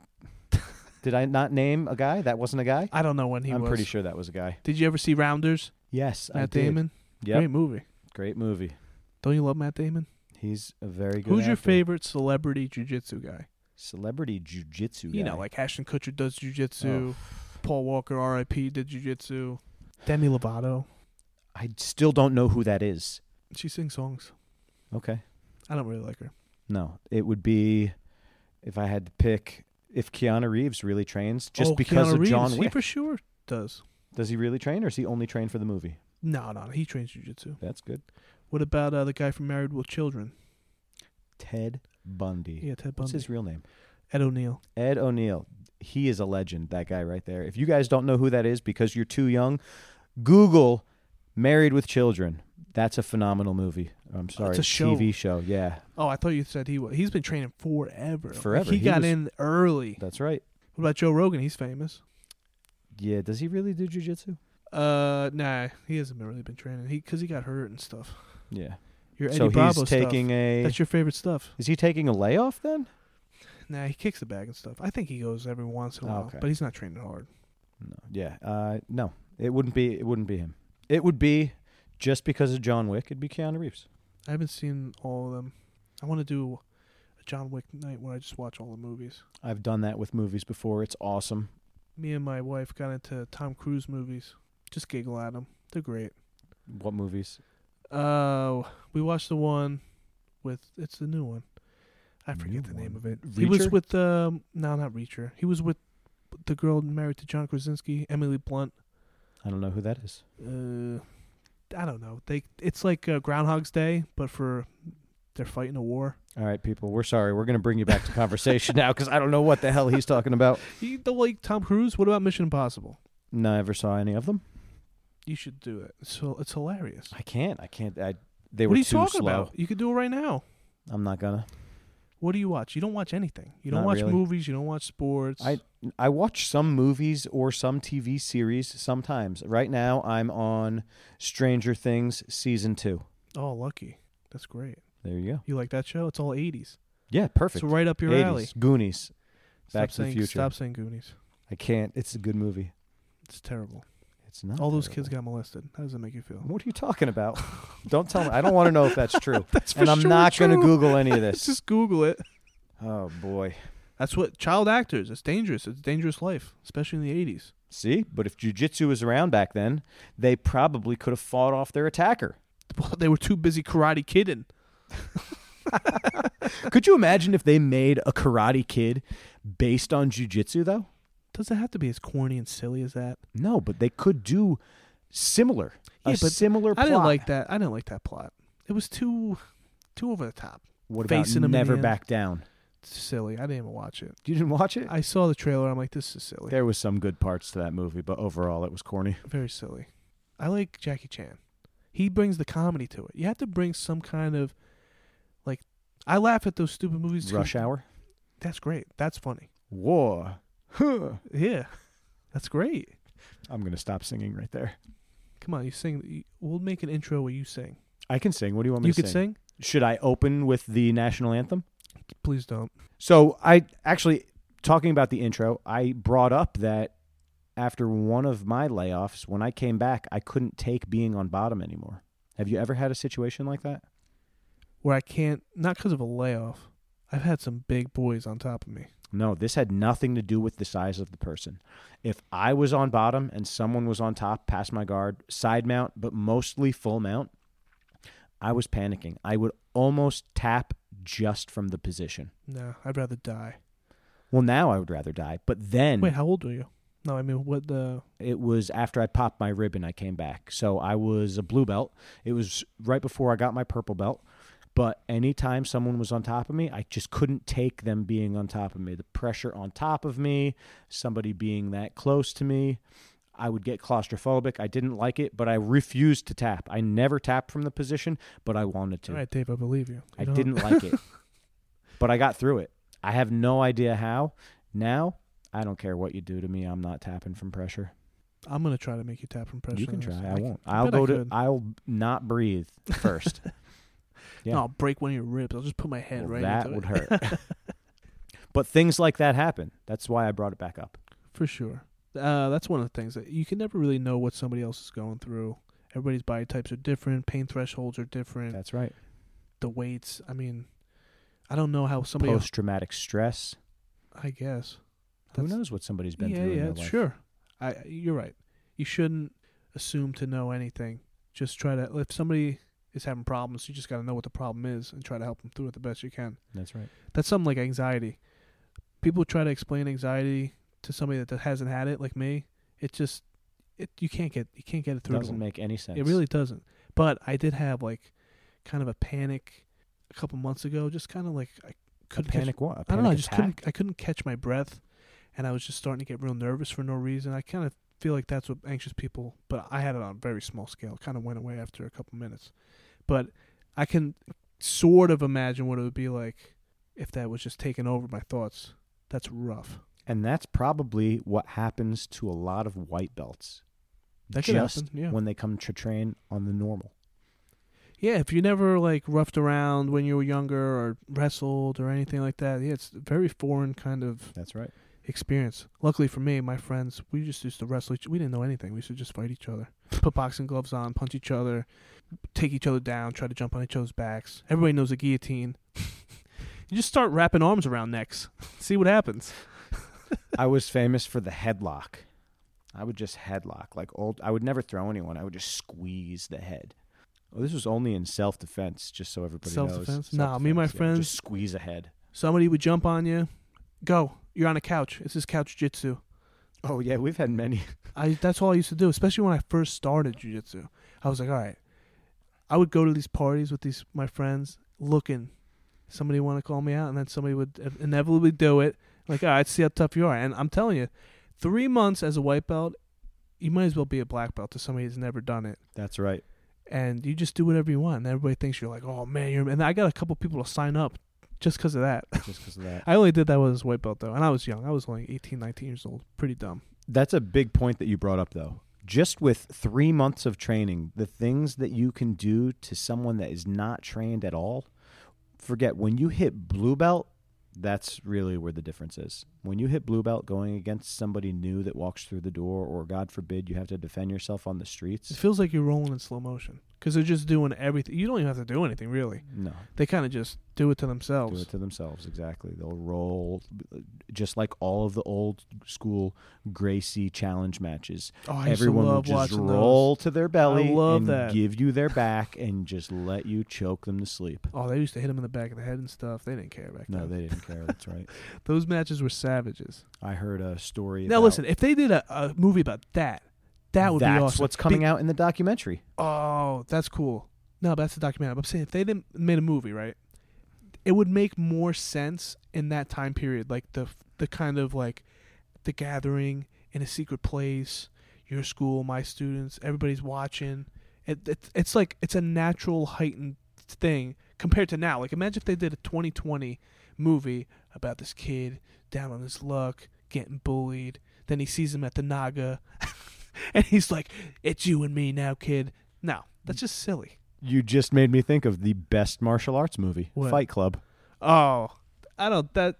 did I not name a guy? That wasn't a guy. I don't know when he I'm was. pretty sure that was a guy. Did you ever see Rounders? Yes, I Matt did. Damon. Yep, Great movie. great movie. Don't you love Matt Damon? He's a very good. Who's your actor. favorite celebrity jujitsu guy? celebrity jujitsu? You guy. know, like Ashton Kutcher does jujitsu. Oh. Paul Walker, R.I.P. did jujitsu. Demi Lovato. I still don't know who that is. She sings songs. Okay. I don't really like her. No, it would be if I had to pick if Keanu Reeves really trains just Oh, because Keanu of John Reeves, He Wick. for sure does. Does he really train or is he only trained for the movie? No, no, he trains jujitsu. That's good. What about uh, the guy from Married with Children? Ted Bundy. Yeah, Ted What's Bundy. his real name? Ed O'Neill. Ed O'Neill. He is a legend, that guy right there. If you guys don't know who that is because you're too young, Google Married with Children. That's a phenomenal movie. I'm sorry. a show. TV show. Yeah, Oh, I thought you said he was. He's been training forever. Like, Forever. he, He got was- in early. that's right. What about Joe Rogan? He's famous. Yeah, does he really do jujitsu? Uh, nah, he hasn't really been training. He because he got hurt and stuff. Yeah. Your Eddie so Bravo he's taking stuff. a. That's your favorite stuff. is he taking a layoff then? Nah, he kicks the bag and stuff. I think he goes every once in a Oh, while, okay. but he's not training hard. No. Yeah. Uh, no. It wouldn't be. It wouldn't be him. It would be just because of John Wick. It'd be Keanu Reeves. I haven't seen all of them. I want to do a John Wick night where I just watch all the movies. I've done that with movies before. It's awesome. Me and my wife got into Tom Cruise movies. Just giggle at them. They're great. Uh, What movies? Oh, we watched the one with it's the new one I forget the name one. of it. He was Reacher? with um no, not Reacher. He was with the girl married to John Krasinski, Emily Blunt. I don't know who that is. Uh, I don't know. They it's like uh, Groundhog's Day, but for they're fighting a war. All right, people, we're sorry. We're going to bring you back to conversation now because I don't know what the hell he's talking about. You don't like Tom Cruise? What about Mission Impossible? No, I ever saw any of them. You should do it. So it's hilarious. I can't. I can't. I, they what were are you too talking slow. about? You could do it right now. I'm not gonna. What do you watch? You don't watch anything. You don't Not watch really. movies. You don't watch sports. I I watch some movies or some TV series sometimes. Right now, I'm on Stranger Things season two. oh, lucky. That's great. There you go. You like that show? It's all 80s. Yeah, perfect. So right up your 80s, alley. Goonies. Stop Back to the saying, Future. Stop saying Goonies. I can't. It's a good movie. It's terrible. It's not. all those terrible. kids got molested. How does that make you feel? What are you talking about? don't tell me. I don't want to know if that's true. That's for and I'm sure not going to true. Google any of this. Just Google it. Oh boy. That's what child actors. It's dangerous. It's a dangerous life, especially in the 80s. See, but if jujitsu was around back then, they probably could have fought off their attacker. Well, They were too busy karate kidding. Could you imagine if they made a Karate Kid based on jujitsu though? Does it have to be as corny and silly as that? No, but they could do similar. Yeah, a but similar. I didn't plot. like that. I didn't like that plot. It was too, too over the top. What about facing 'em in the never end. back down? silly. I didn't even watch it. You didn't watch it. I saw the trailer. I'm like, this is silly. there was some good parts to that movie, but overall, it was corny. Very silly. I like Jackie Chan. He brings the comedy to it. You have to bring some kind of, like, I laugh at those stupid movies. 'cause Rush Hour. That's great. That's funny. War. Huh. Yeah, that's great. I'm gonna stop singing right there. Come on, you sing. you- We'll make an intro where you sing. I can sing. What do you want me you to could sing. Should I open with the national anthem? Please don't. So I actually talking about the intro, I brought up that after one of my layoffs, when I came back, I couldn't take being on bottom anymore. Have you ever had a situation like that? Where I can't, not because of a layoff. I've had some big boys on top of me. No, this had nothing to do with the size of the person. If I was on bottom and someone was on top, past my guard, side mount, but mostly full mount, I was panicking. I would almost tap just from the position. No, I'd rather die. Well, now I would rather die, but then Wait, how old were you? No, I mean, what the? it was after I popped my ribbon, I came back. So I was a blue belt. It was right before I got my purple belt. But anytime someone was on top of me, I just couldn't take them being on top of me. The pressure on top of me, somebody being that close to me, I would get claustrophobic. I didn't like it, but I refused to tap. I never tapped from the position, but I wanted to. All right, Dave, I believe you. You I don't- didn't like it, but I got through it. I have no idea how. Now, I don't care what you do to me. I'm not tapping from pressure. I'm gonna try to make you tap from pressure. You can on this. try. I c- won't. I'll bet I go to. could. I'll not breathe first. yeah. No, I'll break one of your ribs. I'll just put my head Well, right that into would it. hurt. but things like that happen. That's why I brought it back up. For sure. Uh, that's one of the things that you can never really know what somebody else is going through. Everybody's body types are different. Pain thresholds are different. That's right. the weights. I mean, I don't know how somebody. else, Post traumatic stress. I guess. Who That's- knows what somebody's been yeah, through yeah, in their life? sure. I you're right. You shouldn't assume to know anything. Just try to. If somebody is having problems, you just got to know what the problem is and try to help them through it the best you can. That's right. that's something like anxiety. People try to explain anxiety to somebody that hasn't had it, like me. It just, it you can't get you can't get it through. to Doesn't them. make any sense. it really doesn't. But I did have like, kind of a panic, a couple months ago. Just kind of like I could couldn't panic. What? A Catch, I don't know. I panic just attack? couldn't. I couldn't catch my breath, and I was just starting to get real nervous for no reason. I kind of feel like that's what anxious people. But I had it on a very small scale. It kind of went away after a couple minutes. But I can sort of imagine what it would be like if that was just taking over my thoughts. That's rough. And that's probably what happens to a lot of white belts. That could just happen, yeah. when they come to train on the normal. Yeah, if you never like roughed around when you were younger or wrestled or anything like that, yeah, it's a very foreign kind of That's right. experience. Luckily for me, my friends, we just used to wrestle each. We didn't know anything. We used to just fight each other, put boxing gloves on, punch each other, take each other down, try to jump on each other's backs. Everybody knows a guillotine. you just start wrapping arms around necks, see what happens. I was famous for the headlock. I would just headlock like old. I would never throw anyone. I would just squeeze the head. Well, this was only in self defense, just so everybody knows. Self-defense? Nah, me and my Self-defense, yeah. friends- just squeeze a head. Somebody would jump on you. Go. You're on a couch. This is couch jitsu. Oh yeah, we've had many. I that's all I used to do, especially when I first started jujitsu. I was like, all right, I would go to these parties with these my friends, looking somebody want to call me out, and then somebody would inevitably do it. Like, all right, see how tough you are. And I'm telling you, three months as a white belt, you might as well be a black belt to somebody who's never done it. That's right. And you just do whatever you want. And everybody thinks you're like, oh man, you're. And I got a couple people to sign up just because of that. Just because of that. I only did that when I was white belt though, and I was young. I was only 18, 19 years old. Pretty dumb. That's a big point that you brought up, though. Just with three months of training, the things that you can do to someone that is not trained at all, forget when you hit blue belt, that's really where the difference is. When you hit blue belt going against somebody new that walks through the door, or God forbid, you have to defend yourself on the It streets. feels like you're rolling in slow motion because they're just doing everything. You don't even have to do anything really. No, They kind of just do it to do themselves. it to themselves. Exactly. They'll roll just like all of the old school Gracie challenge matches. Oh, I used to Everyone will love just watching roll to their belly I love and that. give you their back and just let you choke them to sleep. Those. Oh, they used to hit them in the back of the head and stuff. They didn't care back No, then. they didn't care. That's right. Those matches were savages. I heard a story. Now about- listen, if they did a, a movie about that, that would that's be awesome. what's coming out in the documentary. Oh, that's cool. No, but that's the documentary. But I'm saying if they didn't made a movie, right? It would make more sense in that time period, like the the kind of like the gathering in a secret place, your school, my students, everybody's watching. It, it it's like it's a natural heightened thing compared to now. Like imagine if they did a 2020 movie about this kid down on his luck, getting bullied. Then he sees him at the Naga, and he's like, "It's you and me now, kid." No, Mm. that's just silly. You just made me think of the best martial arts movie, What? Fight Club. Oh, I don't that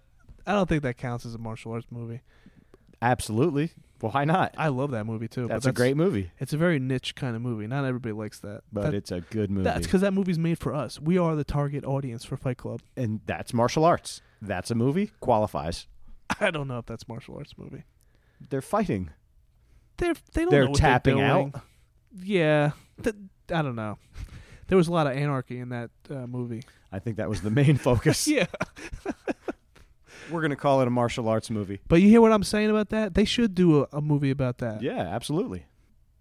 I don't think that counts as a martial arts movie. Absolutely. Why not? I love that movie too. but That's a great movie, It's a very niche kind of movie. Not everybody likes that. but That- it's a good movie. that's because that movie's made for us. We are the target audience for Fight Club. and that's martial arts. That's a movie qualifies. I don't know if that's martial arts movie. They're fighting. They're they don't They're know what tapping they're doing. out. Yeah, th- I don't know. There was a lot of anarchy in that uh, movie. I think that was the main focus. Yeah, We're gonna call it a martial arts movie. but you hear what I'm saying about that? They should do a, a movie about that. Yeah, absolutely.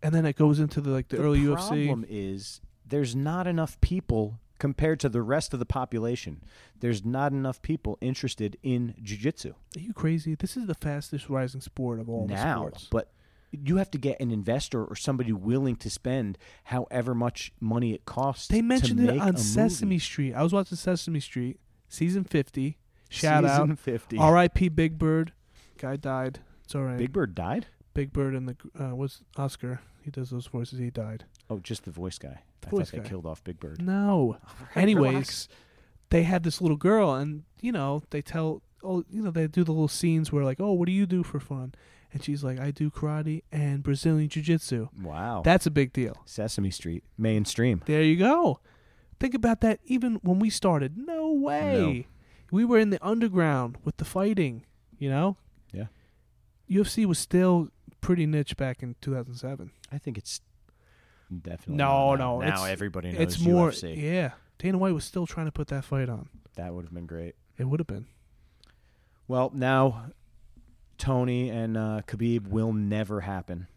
and then it goes into the like the, early UFC. problem is there's not enough people compared to the rest of the population. There's not enough people interested in jujitsu. Are you crazy? This is the fastest rising sport of all the now, sports. but you have to get an investor or somebody willing to spend however much money it costs. They to mentioned it make on a Sesame movie. Street. I was watching Sesame Street, season 50. Shout Season fifty. out. RIP Big Bird. Guy died. It's all right. Big Big, Bird died. Bird and the uh, what's Oscar? He does those voices. He died. Oh, just the voice guy. I voice thought they guy. killed off Big Bird. No. Anyways, they had this little girl and you know, they tell oh, you know, they do the little scenes where like, "Oh, what do you do for fun?" And she's like, "I do karate and Brazilian jiu-jitsu." wow. That's a big deal. Sesame Street mainstream. There you go. Think about that. Even when we started, no way. We were in the underground with the fighting. You know. Yeah. UFC was still pretty niche back in 2007. I think it's definitely not No, now. no, Now it's- everybody knows It's more. UFC. Yeah. Dana White was still trying to put that fight on. That would have been great. It would have been. Well, now Tony and uh, Khabib will never happen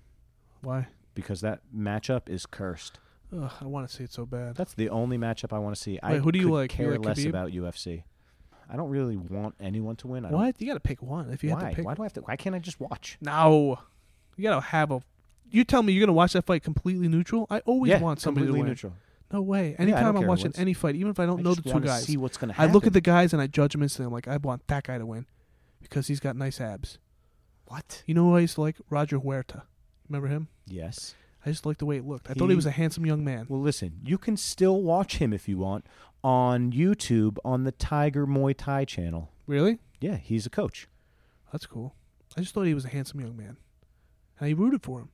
Why? because that matchup is cursed. Ugh, I want to see it so bad. That's the only matchup I want to see. I Wait, who do you could like? You care like less Khabib? about UFC. I don't really want anyone to win. I don't- What? You got to pick one. If you have why? to pick. Why do I have to? Why can't I just watch? No. You got to have a. You tell me you're gonna watch that fight completely neutral. I always yeah, want somebody to completely win. neutral. No way. I don't Anytime care I'm who watching wins. any fight, even if I don't know just the two wanna guys, See what's going to I happen. look at the guys and I judge them instantly. I'm like, I want that guy to win because he's got nice abs. what? You know who I used to like? Roger Huerta. Remember him? Yes. I just liked the way it looked. I thought he was He- a handsome young man. Well, listen. You can still watch him if you want on YouTube on the Tiger Muay Thai channel. Really? Yeah, he's a coach. That's cool. I just thought he was a handsome young man. And I rooted for him.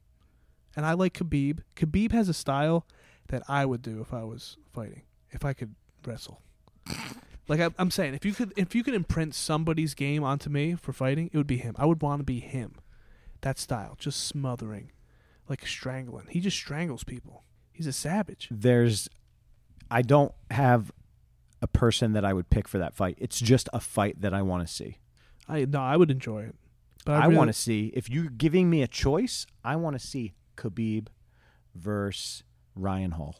And I like Khabib. Khabib has a style that I would do if I was fighting, if I could wrestle. like I, I'm saying, if you could, if you could imprint somebody's game onto me for fighting, it would be him. I would want to be him. That style, just smothering, like strangling. He just strangles people. He's a savage. There's, I don't have a person that I would pick for that fight. It's just a fight that I want to see. I no, I would enjoy it. But I, really, want to see if you're giving me a choice. I want to see Khabib versus Ryan Hall.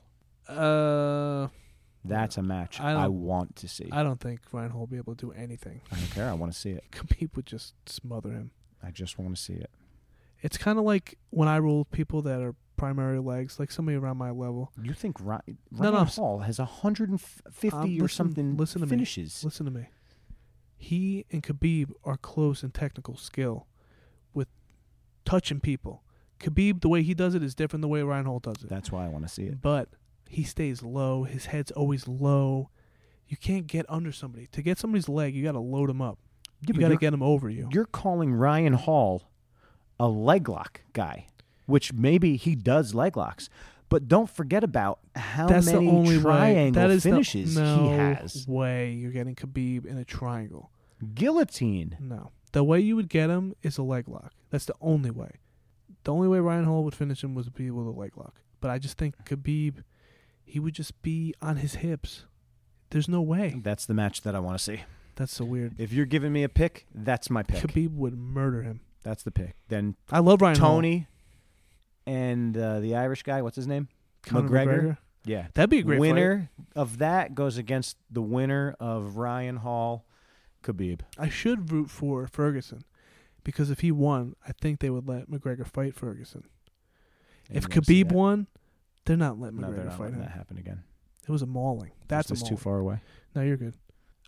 Uh, That's a match I I, don't- want to see. I, I don't think Ryan Hall will be able to do anything. don't care. I want to see it. Khabib would just smother him. I just want to see it. It's kind of like when I roll people that are primary legs, like somebody around my level. You think Ryan, No, Ryan no. Hall has 150 Um, or listen- something listen to me. finishes? Listen to me. He and Khabib are close in technical skill with touching people. Khabib, the way he does it is different the way Ryan Hall does it. That's why I want to see it. But he stays low. His head's always low. You can't get under somebody. To get somebody's leg, you got to load him up. Yeah, but you got to you're- get him over you. You're calling Ryan Hall a leg lock guy, which maybe he does leg locks, but don't forget about how That's many the only way. triangle That is the- finishes no he has. way you're getting Khabib in a triangle. Guillotine. No. The way you would get him is a leg lock. That's the only way. The only way Ryan Hall would finish him was be with a leg lock. But I just think Khabib, he would just be on his hips. There's no way. That's the match that I want to see. That's so weird. If you're giving me a pick, that's my pick. Khabib would murder him. That's the pick. Then I love Ryan Hall. Tony and uh, the Irish guy, what's his name? Conor McGregor? Yeah. That'd be a great fight. winner of that goes against the winner of Ryan Hall, Khabib. I should root for Ferguson because if he won, I think they would let McGregor fight Ferguson. And if you wanna see Khabib that. won, they're not letting no, McGregor they're not fight letting him. that happen again. It was a mauling. That's a just mauling. too far away. No, you're good.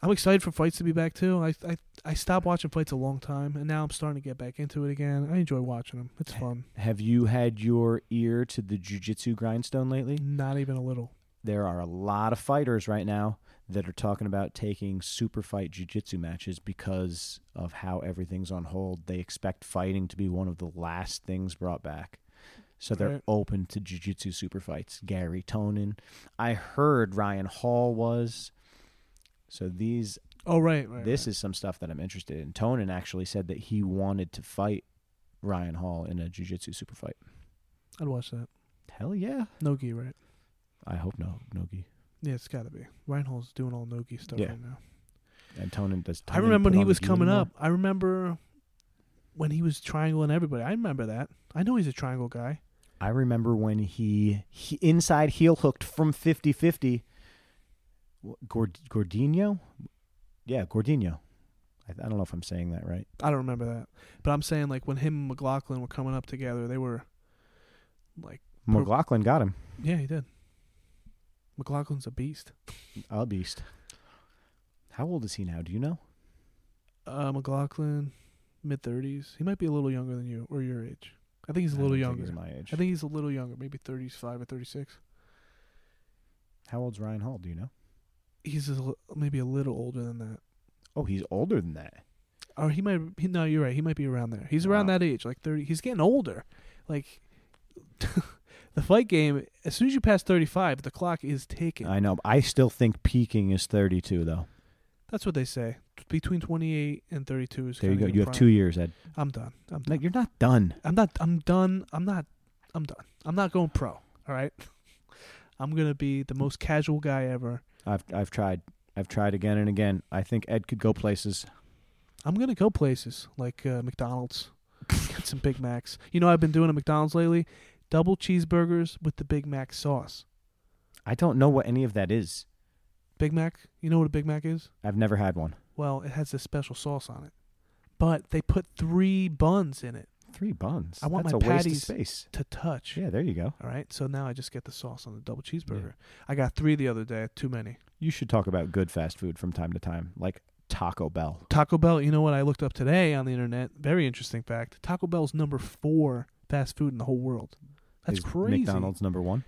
I'm excited for fights to be back too. I I I stopped watching fights a long time, and now I'm starting to get back into it again. I enjoy watching them. It's fun. Have you had your ear to the jujitsu grindstone lately? Not even a little. There are a lot of fighters right now that are talking about taking super fight jujitsu matches because of how everything's on hold. They expect fighting to be one of the last things brought back. So they're Right. open to jujitsu super fights. Gary Tonin. I heard Ryan Hall was. So these Oh right, right. this is some stuff that I'm interested in. Tonin actually said that he wanted to fight Ryan Hall in a jujitsu super fight. I'd watch that. Hell yeah. No gi, right? I hope no Nogi. Yeah, it's got to be. Reinhold's doing all no gi stuff Yeah. right now. And Tonin does. I remember when he was coming up. I remember when he was triangling everybody. I remember that. I know he's a triangle guy. I remember when he, he inside heel hooked from 50-50. What, Gord, Gordinho, yeah, Gordinho. I, I don't know if I'm saying that right. I don't remember that, but I'm saying like when him and McLaughlin were coming up together, they were like, Per- McLaughlin got him. yeah, he did. McLaughlin's a beast. A beast. How old is he now? Do you know? Uh, McLaughlin, mid thirties. He might be a little younger than you or your age. I think he's I a don't little think younger. He's my age. I think he's a little younger, maybe thirty-five or thirty-six. How old's Ryan Hall? Do you know? He's a, li- maybe a little older than that, Oh, he's older than that. or he might. He, no, you're right. He might be around there. He's around Wow. that age, like thirty. He's getting older. Like the fight game. As soon as you pass thirty-five, the clock is ticking. I know. I still think peaking is 32 though. That's what they say. Between twenty-eight and thirty-two is. There you kinda go. your You have prime. two years, Ed. I'm done. I'm done. No, you're not done. I'm not. I'm done. I'm not. I'm done. I'm not going pro. All right. I'm gonna be the most casual guy ever. I've I've tried. I've tried again and again. I think Ed could go places. I'm gonna go places like uh, McDonald's, get some Big Macs. You know, what I've been doing at McDonald's lately, double cheeseburgers with the Big Mac sauce. I don't know what any of that is. Big Mac. You know what a Big Mac is? I've never had one. Well, it has this special sauce on it, but they put three buns in it Three buns. I want That's my a waste patties. of space. to touch. Yeah, there you go. All right. So now I just get the sauce on the double cheeseburger. I got three the other day. Too many. You should talk about good fast food from time to time, like Taco Bell. Taco Bell, you know what I looked up today on the internet? Very interesting fact. Taco Bell's number four fast food in the whole world. That's Is crazy. McDonald's number one.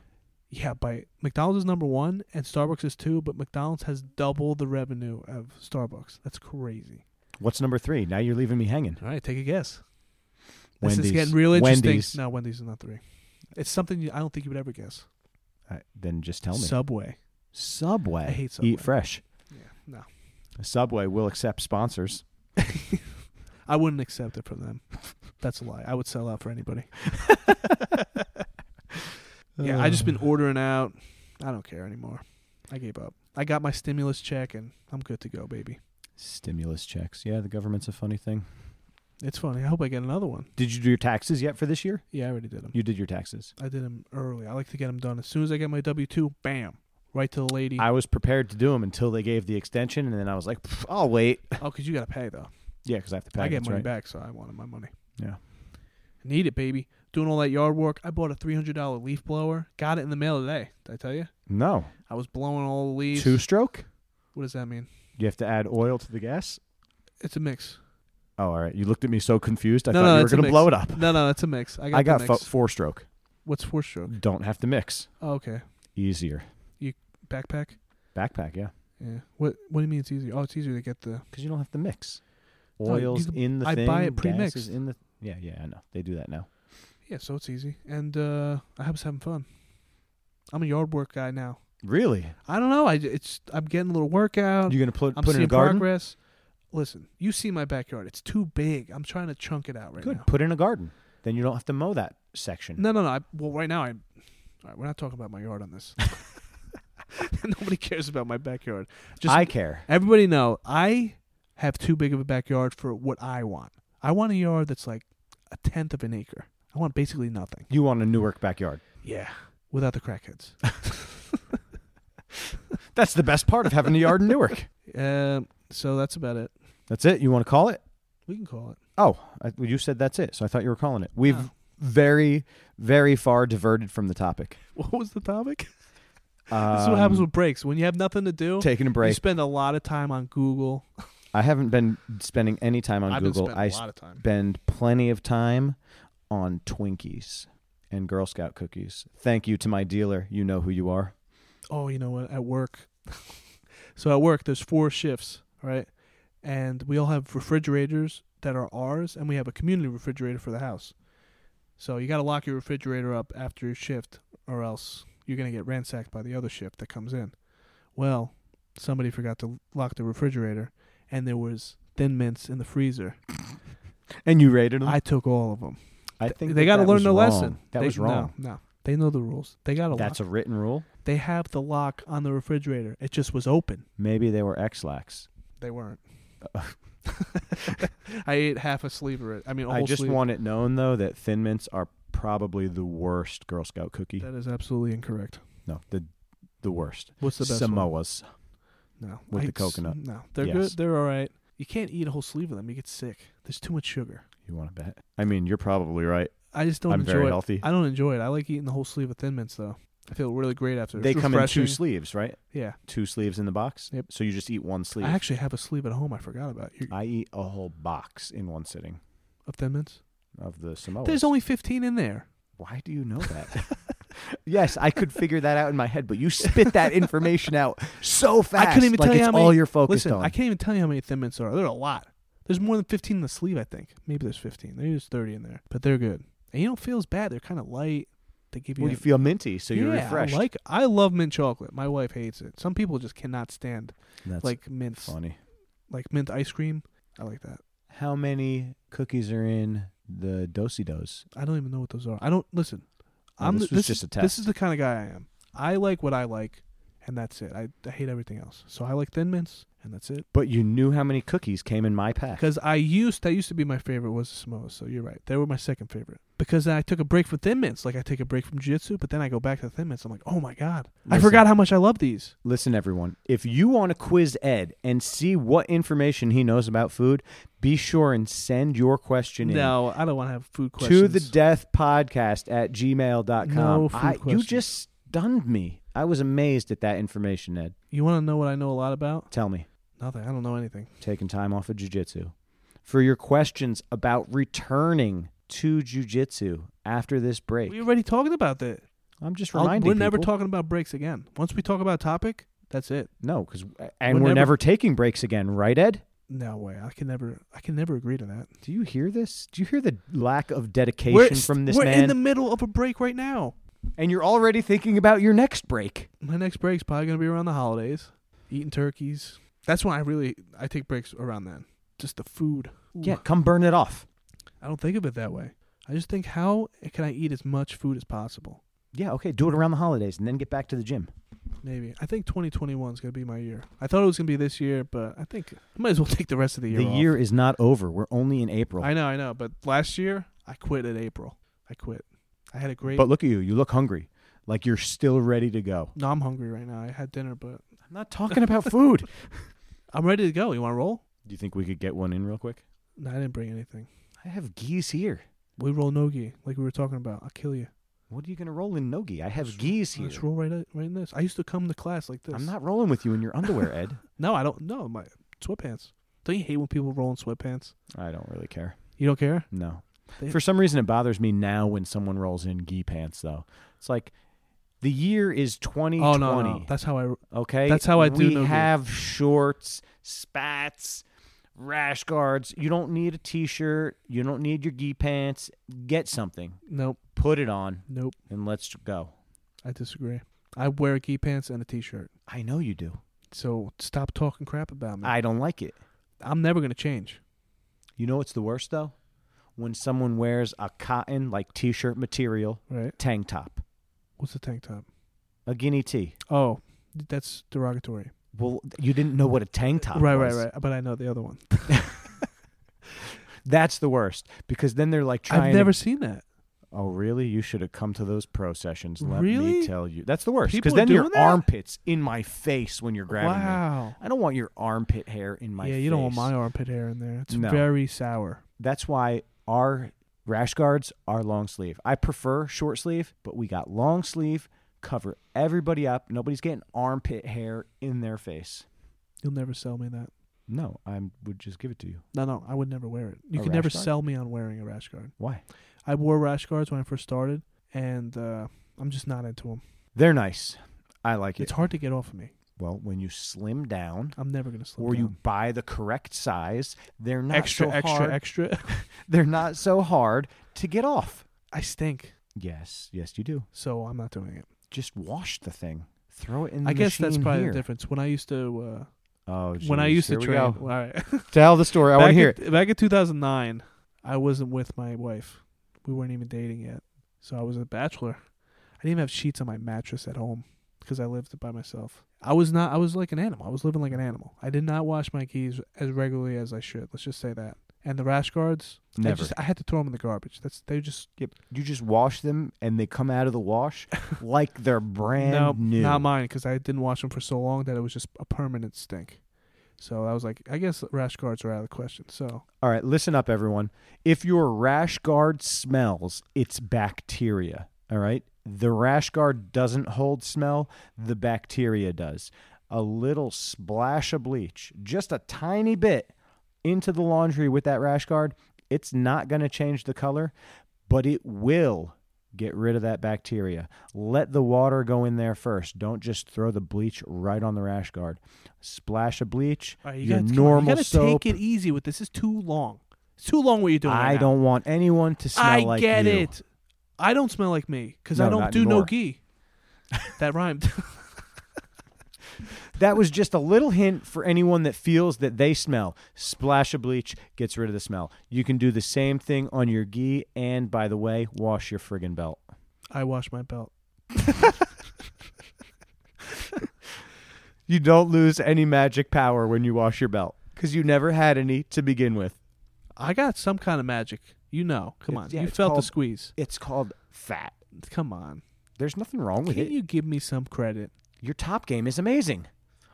Yeah, by McDonald's is number one and Starbucks is two, but McDonald's has double the revenue of Starbucks. That's crazy. What's number three? Now you're leaving me hanging. All right, take a guess. This Wendy's. is getting real interesting. Wendy's. No, Wendy's is not three. It's something you, I don't think you would ever guess. Uh, then just tell me. Subway. Subway. I hate Subway. Eat fresh. Yeah, no. Subway will accept sponsors. I wouldn't accept it from them. That's a lie. I would sell out for anybody. Uh. Yeah, I just been ordering out. I don't care anymore. I gave up. I got my stimulus check and I'm good to go, baby. Stimulus checks. Yeah, the government's a funny thing. It's funny. I hope I get another one. Did you do your taxes yet for this year? Yeah, I already did them. You did your taxes. I did them early. I like to get them done as soon as I get my W two. Bam, right to the lady. I was prepared to do them until they gave the extension, and then I was like, "Pff, I'll wait. oh, because you gotta pay though. Yeah, because I have to pay. I get that's money right. back, so I wanted my money. Yeah. Need it, baby. Doing all that yard work. I bought a three hundred dollar leaf blower. Got it in the mail today. Did I tell you? No, I was blowing all the leaves. two stroke. What does that mean? You have to add oil to the gas. It's a mix. Oh, all right. You looked at me so confused. I No, thought no, you were it's a going to mix. blow it up. No, no, it's a mix. I got. I got the fo- mix. four stroke. What's four stroke? Don't have to mix. Oh, okay, Easier. backpack. Backpack, yeah. Yeah. What What do you mean it's easier? Oh, it's easier to get the. Because you don't have to mix. No, you Oils can- in the I thing. buy it gas pre-mixed. is in the. Yeah, yeah, I know. They do that now. Yeah, so it's easy, and uh I was having fun. I'm a yard work guy now. Really? I don't know. I it's I'm getting a little workout. You going to put Oh, I'm put in seeing a garden? progress. Listen, you see my backyard. It's too big. I'm trying to chunk it out right Good. now. Put in a garden. Then you don't have to mow that section. No, no, no. I, well, right now I. All right, we're not talking about my yard on this. Nobody cares about my backyard. Just I care. Everybody know I have too big of a backyard for what I want. I want a yard that's like a tenth of an acre. I want basically nothing. You want a Newark backyard. Yeah, without the crackheads. That's the best part of having a yard in Newark. um, so that's about it. That's it. You want to call it? We can call it. Oh, I, you said that's it. So I thought you were calling it. We've Oh. very, very far diverted from the topic. What was the topic? Um, this is what happens with breaks. When you have nothing to do, taking a you break. spend a lot of time on Google. I haven't been spending any time on I've Google. been I spending a lot of time. spend plenty of time on Twinkies and Girl Scout cookies. Thank you to my dealer. You know who you are. Oh, you know what? At work. so at work, there's four shifts, right? And we all have refrigerators that are ours, and we have a community refrigerator for the house. So you got to lock your refrigerator up after your shift, or else you're going to get ransacked by the other shift that comes in. Well, somebody forgot to lock the refrigerator, and there was thin mints in the freezer. And you rated them. I, I took all of them. think they got to learn the their lesson. Mm-hmm. That They- was wrong. No, no. They know the rules. They got to lock. That's a written rule. They have the lock on the refrigerator. It just was open. Maybe they were X-lax. They weren't. Uh, I ate half a sleeve of it. I mean, a whole I just sleeve. want it known though that Thin Mints are probably the worst Girl Scout cookie. That is absolutely incorrect. no, the the worst. What's the best one? Samoa's. No, with I- the coconut. No, they're Yes. good. They're all right. You can't eat a whole sleeve of them. You get sick. There's too much sugar. You want to bet? I mean, you're probably right. I just don't I'm enjoy very it. healthy. I don't enjoy it. I like eating the whole sleeve of Thin Mints though. I feel really great after. they It's come in two refreshing. sleeves, right? Yeah, Two sleeves in the box. Yep. So you just eat one sleeve. I actually have a sleeve at home. I forgot about you I eat a whole box in one sitting of Thin Mints. of the Samoa. There's only 15 in there. Why do you know that? yes, I could figure that out in my head, but you spit that information out so fast. I couldn't even like tell you it's how all many- you're focused Listen, on. I can't even tell you how many Thin Mints there are. There are a lot. There's more than 15 in the sleeve, I think. Maybe there's 15. Maybe there's 30 in there. But they're good. And you don't feel as bad. They're kind of light. They give you. Well, you feel minty, so you're yeah, refreshed. I like. I love mint chocolate. My wife hates it. Some people just cannot stand That's like mint, funny. like mint ice cream. I like that. How many cookies are in the dosi dos? I don't even know what those are. I don't listen. Oh, I'm this the- was just a This test. is the kind of guy I am. I like what I like, and that's it. I, I hate everything else. So I like Thin Mints, and that's it. But you knew how many cookies came in my pack. Because I used that used to be my favorite was the Samoas. So you're right, they were my second favorite. Because I took a break from Thin Mints, like I take a break from Jiu Jitsu, but then I go back to Thin Mints. I'm like, oh my god, I Listen. forgot how much I love these. Listen, everyone, if you want to quiz Ed and see what information he knows about food, be sure and send your question in No, I don't want to have food questions. to the death podcast at gmail.com. No food I, you questions. just stunned me. I was amazed at that information, Ed. you want to know what I know a lot about? Tell me, Nothing. I don't know anything. taking time off of jujitsu. For your questions about returning to jujitsu after this break, We already talking about that. I'm just I'll- reminding We're never people- talking about breaks again. Once we talk about a topic, that's it. No, because and We're we're, never- never taking breaks again, right, Ed? No way. I can never. I can never agree to that. Do you hear this? Do you hear the lack of dedication s- from this we're man? in the middle of a break right now. and you're already thinking about your next break. my next break's probably gonna be around the holidays, eating turkeys. That's when I really I take breaks around then. Just the food. Yeah, come burn it off. I don't think of it that way. I just think how can I eat as much food as possible. Yeah, okay, do it around the holidays and then get back to the gym. Maybe. I think 2021 is going to be my year. I thought it was going to be this year, but I think I might as well take the rest of the year the off. year is not over. We're only in April. I know, I know. But last year, I quit in April. I quit. I had a great. But look at you. You look hungry. Like you're still ready to go. no, I'm hungry right now. I had dinner, but I'm not talking about food. I'm ready to go. You want to roll? Do you think we could get one in real quick? No, I didn't bring anything. I have geese here. We roll nogi like we were talking about. I'll kill you. What are you going to roll in Nogi? I have geese here. Let's roll right, uh, right in this. I used to come to class like this. I'm not rolling with you in your underwear, Ed. No, I don't. No, my sweatpants. Don't you hate when people roll in sweatpants? I don't really care. You don't care? No. They- For some reason, it bothers me now when someone rolls in gi pants, though. It's like the year is 2020. Oh no, no, that's how I. Okay, That's how I do We no gi. have shorts, spats, rash guards. You don't need a t-shirt. You don't need your gi pants. Get something. Nope, Put it on nope. and let's go. I disagree. I wear gi pants and a t-shirt. I know you do. So stop talking crap about me. I, I don't like it. am never gonna change. You know what's the worst though? When someone wears a cotton like t-shirt material Right? tank top, What's the tank top? a guinea tee. Oh, that's derogatory. Well, you didn't know what a tank top right, was. right, right. But I know the other one. That's the worst because then they're like trying I've to- never seen that. Oh, really? You should have come to those pro sessions. Let me Really? tell you. That's the worst. Because People are then your doing that? armpit's in my face when you're grabbing me. Wow. I don't want your armpit hair in my yeah, face. you don't want my armpit hair in there. It's No. very sour. That's why our rash guards are long sleeve. I prefer short sleeve, but we got long sleeve, cover everybody up. Nobody's getting armpit hair in their face. You'll never sell me that. No, I would just give it to you. No, no, I would never wear it. You A could never rash guard? sell me on wearing a rash guard. Why? I wore rash guards when I first started, and uh, I'm just not into them. They're nice. I like it. It's hard to get off of me. well, when you slim down I'm never gonna slip. or you down. buy the correct size, they're not extra, so extra, hard. extra. they're not so hard to get off. I stink, Yes, yes, you do. so I'm not doing it. Just wash the thing, throw it in. The I guess that's machine probably here. the difference. When I used to, uh, Oh, when I jeez, used to here we train, go. all right. tell the story. I want to Back hear it. in- Back in 2009, I wasn't with my wife. We weren't even dating yet, so I was a bachelor. I didn't even have sheets on my mattress at home because I lived by myself. I was not. I was like an animal. I was living like an animal. I did not wash my keys as regularly as I should. Let's just say that. And the rash guards, I, Never. just, I had to throw them in the garbage. That's they just Yep. You just wash them, and they come out of the wash like they're brand no, new. not mine because I didn't wash them for so long that it was just a permanent stink. So I was like, I guess rash guards are out of the question. So All right, listen up, everyone. If your rash guard smells, it's bacteria. All right? The rash guard doesn't hold smell, the bacteria does. A little splash of bleach, just a tiny bit into the laundry with that rash guard, it's not going to change the color, but it will get rid of that bacteria. Let the water go in there first. Don't just throw the bleach right on the rash guard. Splash of bleach, All right, your gotta- come on, normal you gotta soap. take it easy with this. It's too long. It's too long what you're doing. I right now. don't want anyone to smell I like get you. it. I don't smell like me because No, I don't not do no anymore. gi. that rhymed. That was just a little hint for anyone that feels that they smell. Splash of bleach gets rid of the smell. You can do the same thing on your gi, and by the way, wash your friggin' belt. I wash my belt. You don't lose any magic power when you wash your belt because you never had any to begin with. I got some kind of magic. You know. Come on. It's- yeah, you it's felt the called- squeeze. It's called fat. Come on. There's nothing wrong with Can't it. you give me some credit? Your top game is amazing.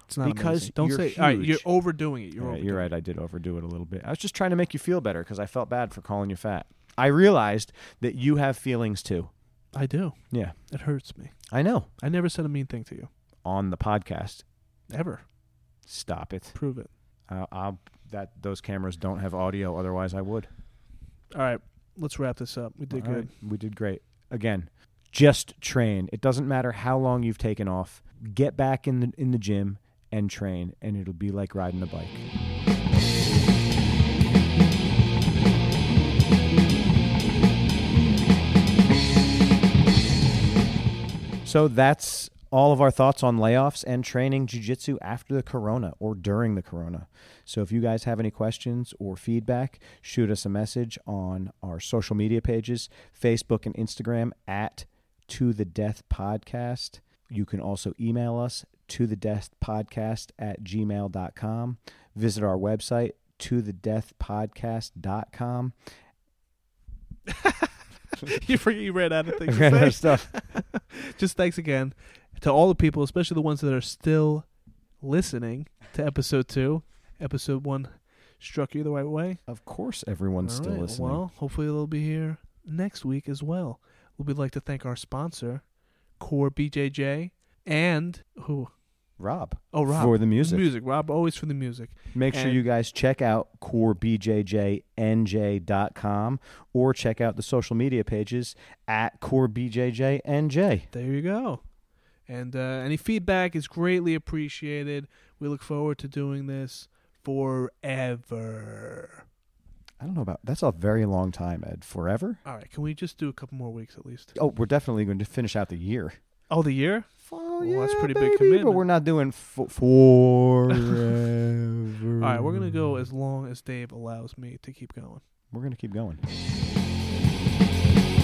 It's not Because amazing. don't you're say. All right, huge. you're overdoing it. You're All right, overdoing you're right. I did overdo it a little bit. I was just trying to make you feel better because I felt bad for calling you fat. I realized that you have feelings too. it. I do. Yeah, It hurts me. I know. I never said a mean thing to you. on the podcast. Ever. Stop it. Prove it. Uh, I'll, that those cameras don't have audio. Otherwise, I would. All right. Let's wrap this up. We did All good. right, We did great. Again, just train. It doesn't matter how long you've taken off. Get back in the in the gym and train, and it'll be like riding a bike. So that's all of our thoughts on layoffs and training jiu-jitsu after the corona or during the corona. So if you guys have any questions or feedback, shoot us a message on our social media pages, Facebook and Instagram at To The Death Podcast. You can also email us to the death podcast at gmail.com. Visit our website to the death podcast.com. you forget you ran out of things. Ran out to of say. stuff. Just thanks again to all the people, especially the ones that are still listening to episode two. Episode one struck you the right way. Of course, everyone's All still right, listening. Well, hopefully they'll be here next week as well. We'd like to thank our sponsor, Core BJJ, and who? Rob, Oh, Rob. for the music. Music. Rob always for the music. Make sure And- you guys check out corebjjnj.com or check out the social media pages at corebjjnj. There you go. And uh, any feedback is greatly appreciated. We look forward to doing this forever. I don't know about that's a very long time, Ed. Forever? All right, can we just do a couple more weeks at least? Oh, we're definitely going to finish out the year. Oh, the year? Oh, Well, that's yeah, pretty big baby, But commitment. we're not doing fo- forever. All right, we're going to go as long as Dave allows me to keep going. We're gonna keep going. Thank you.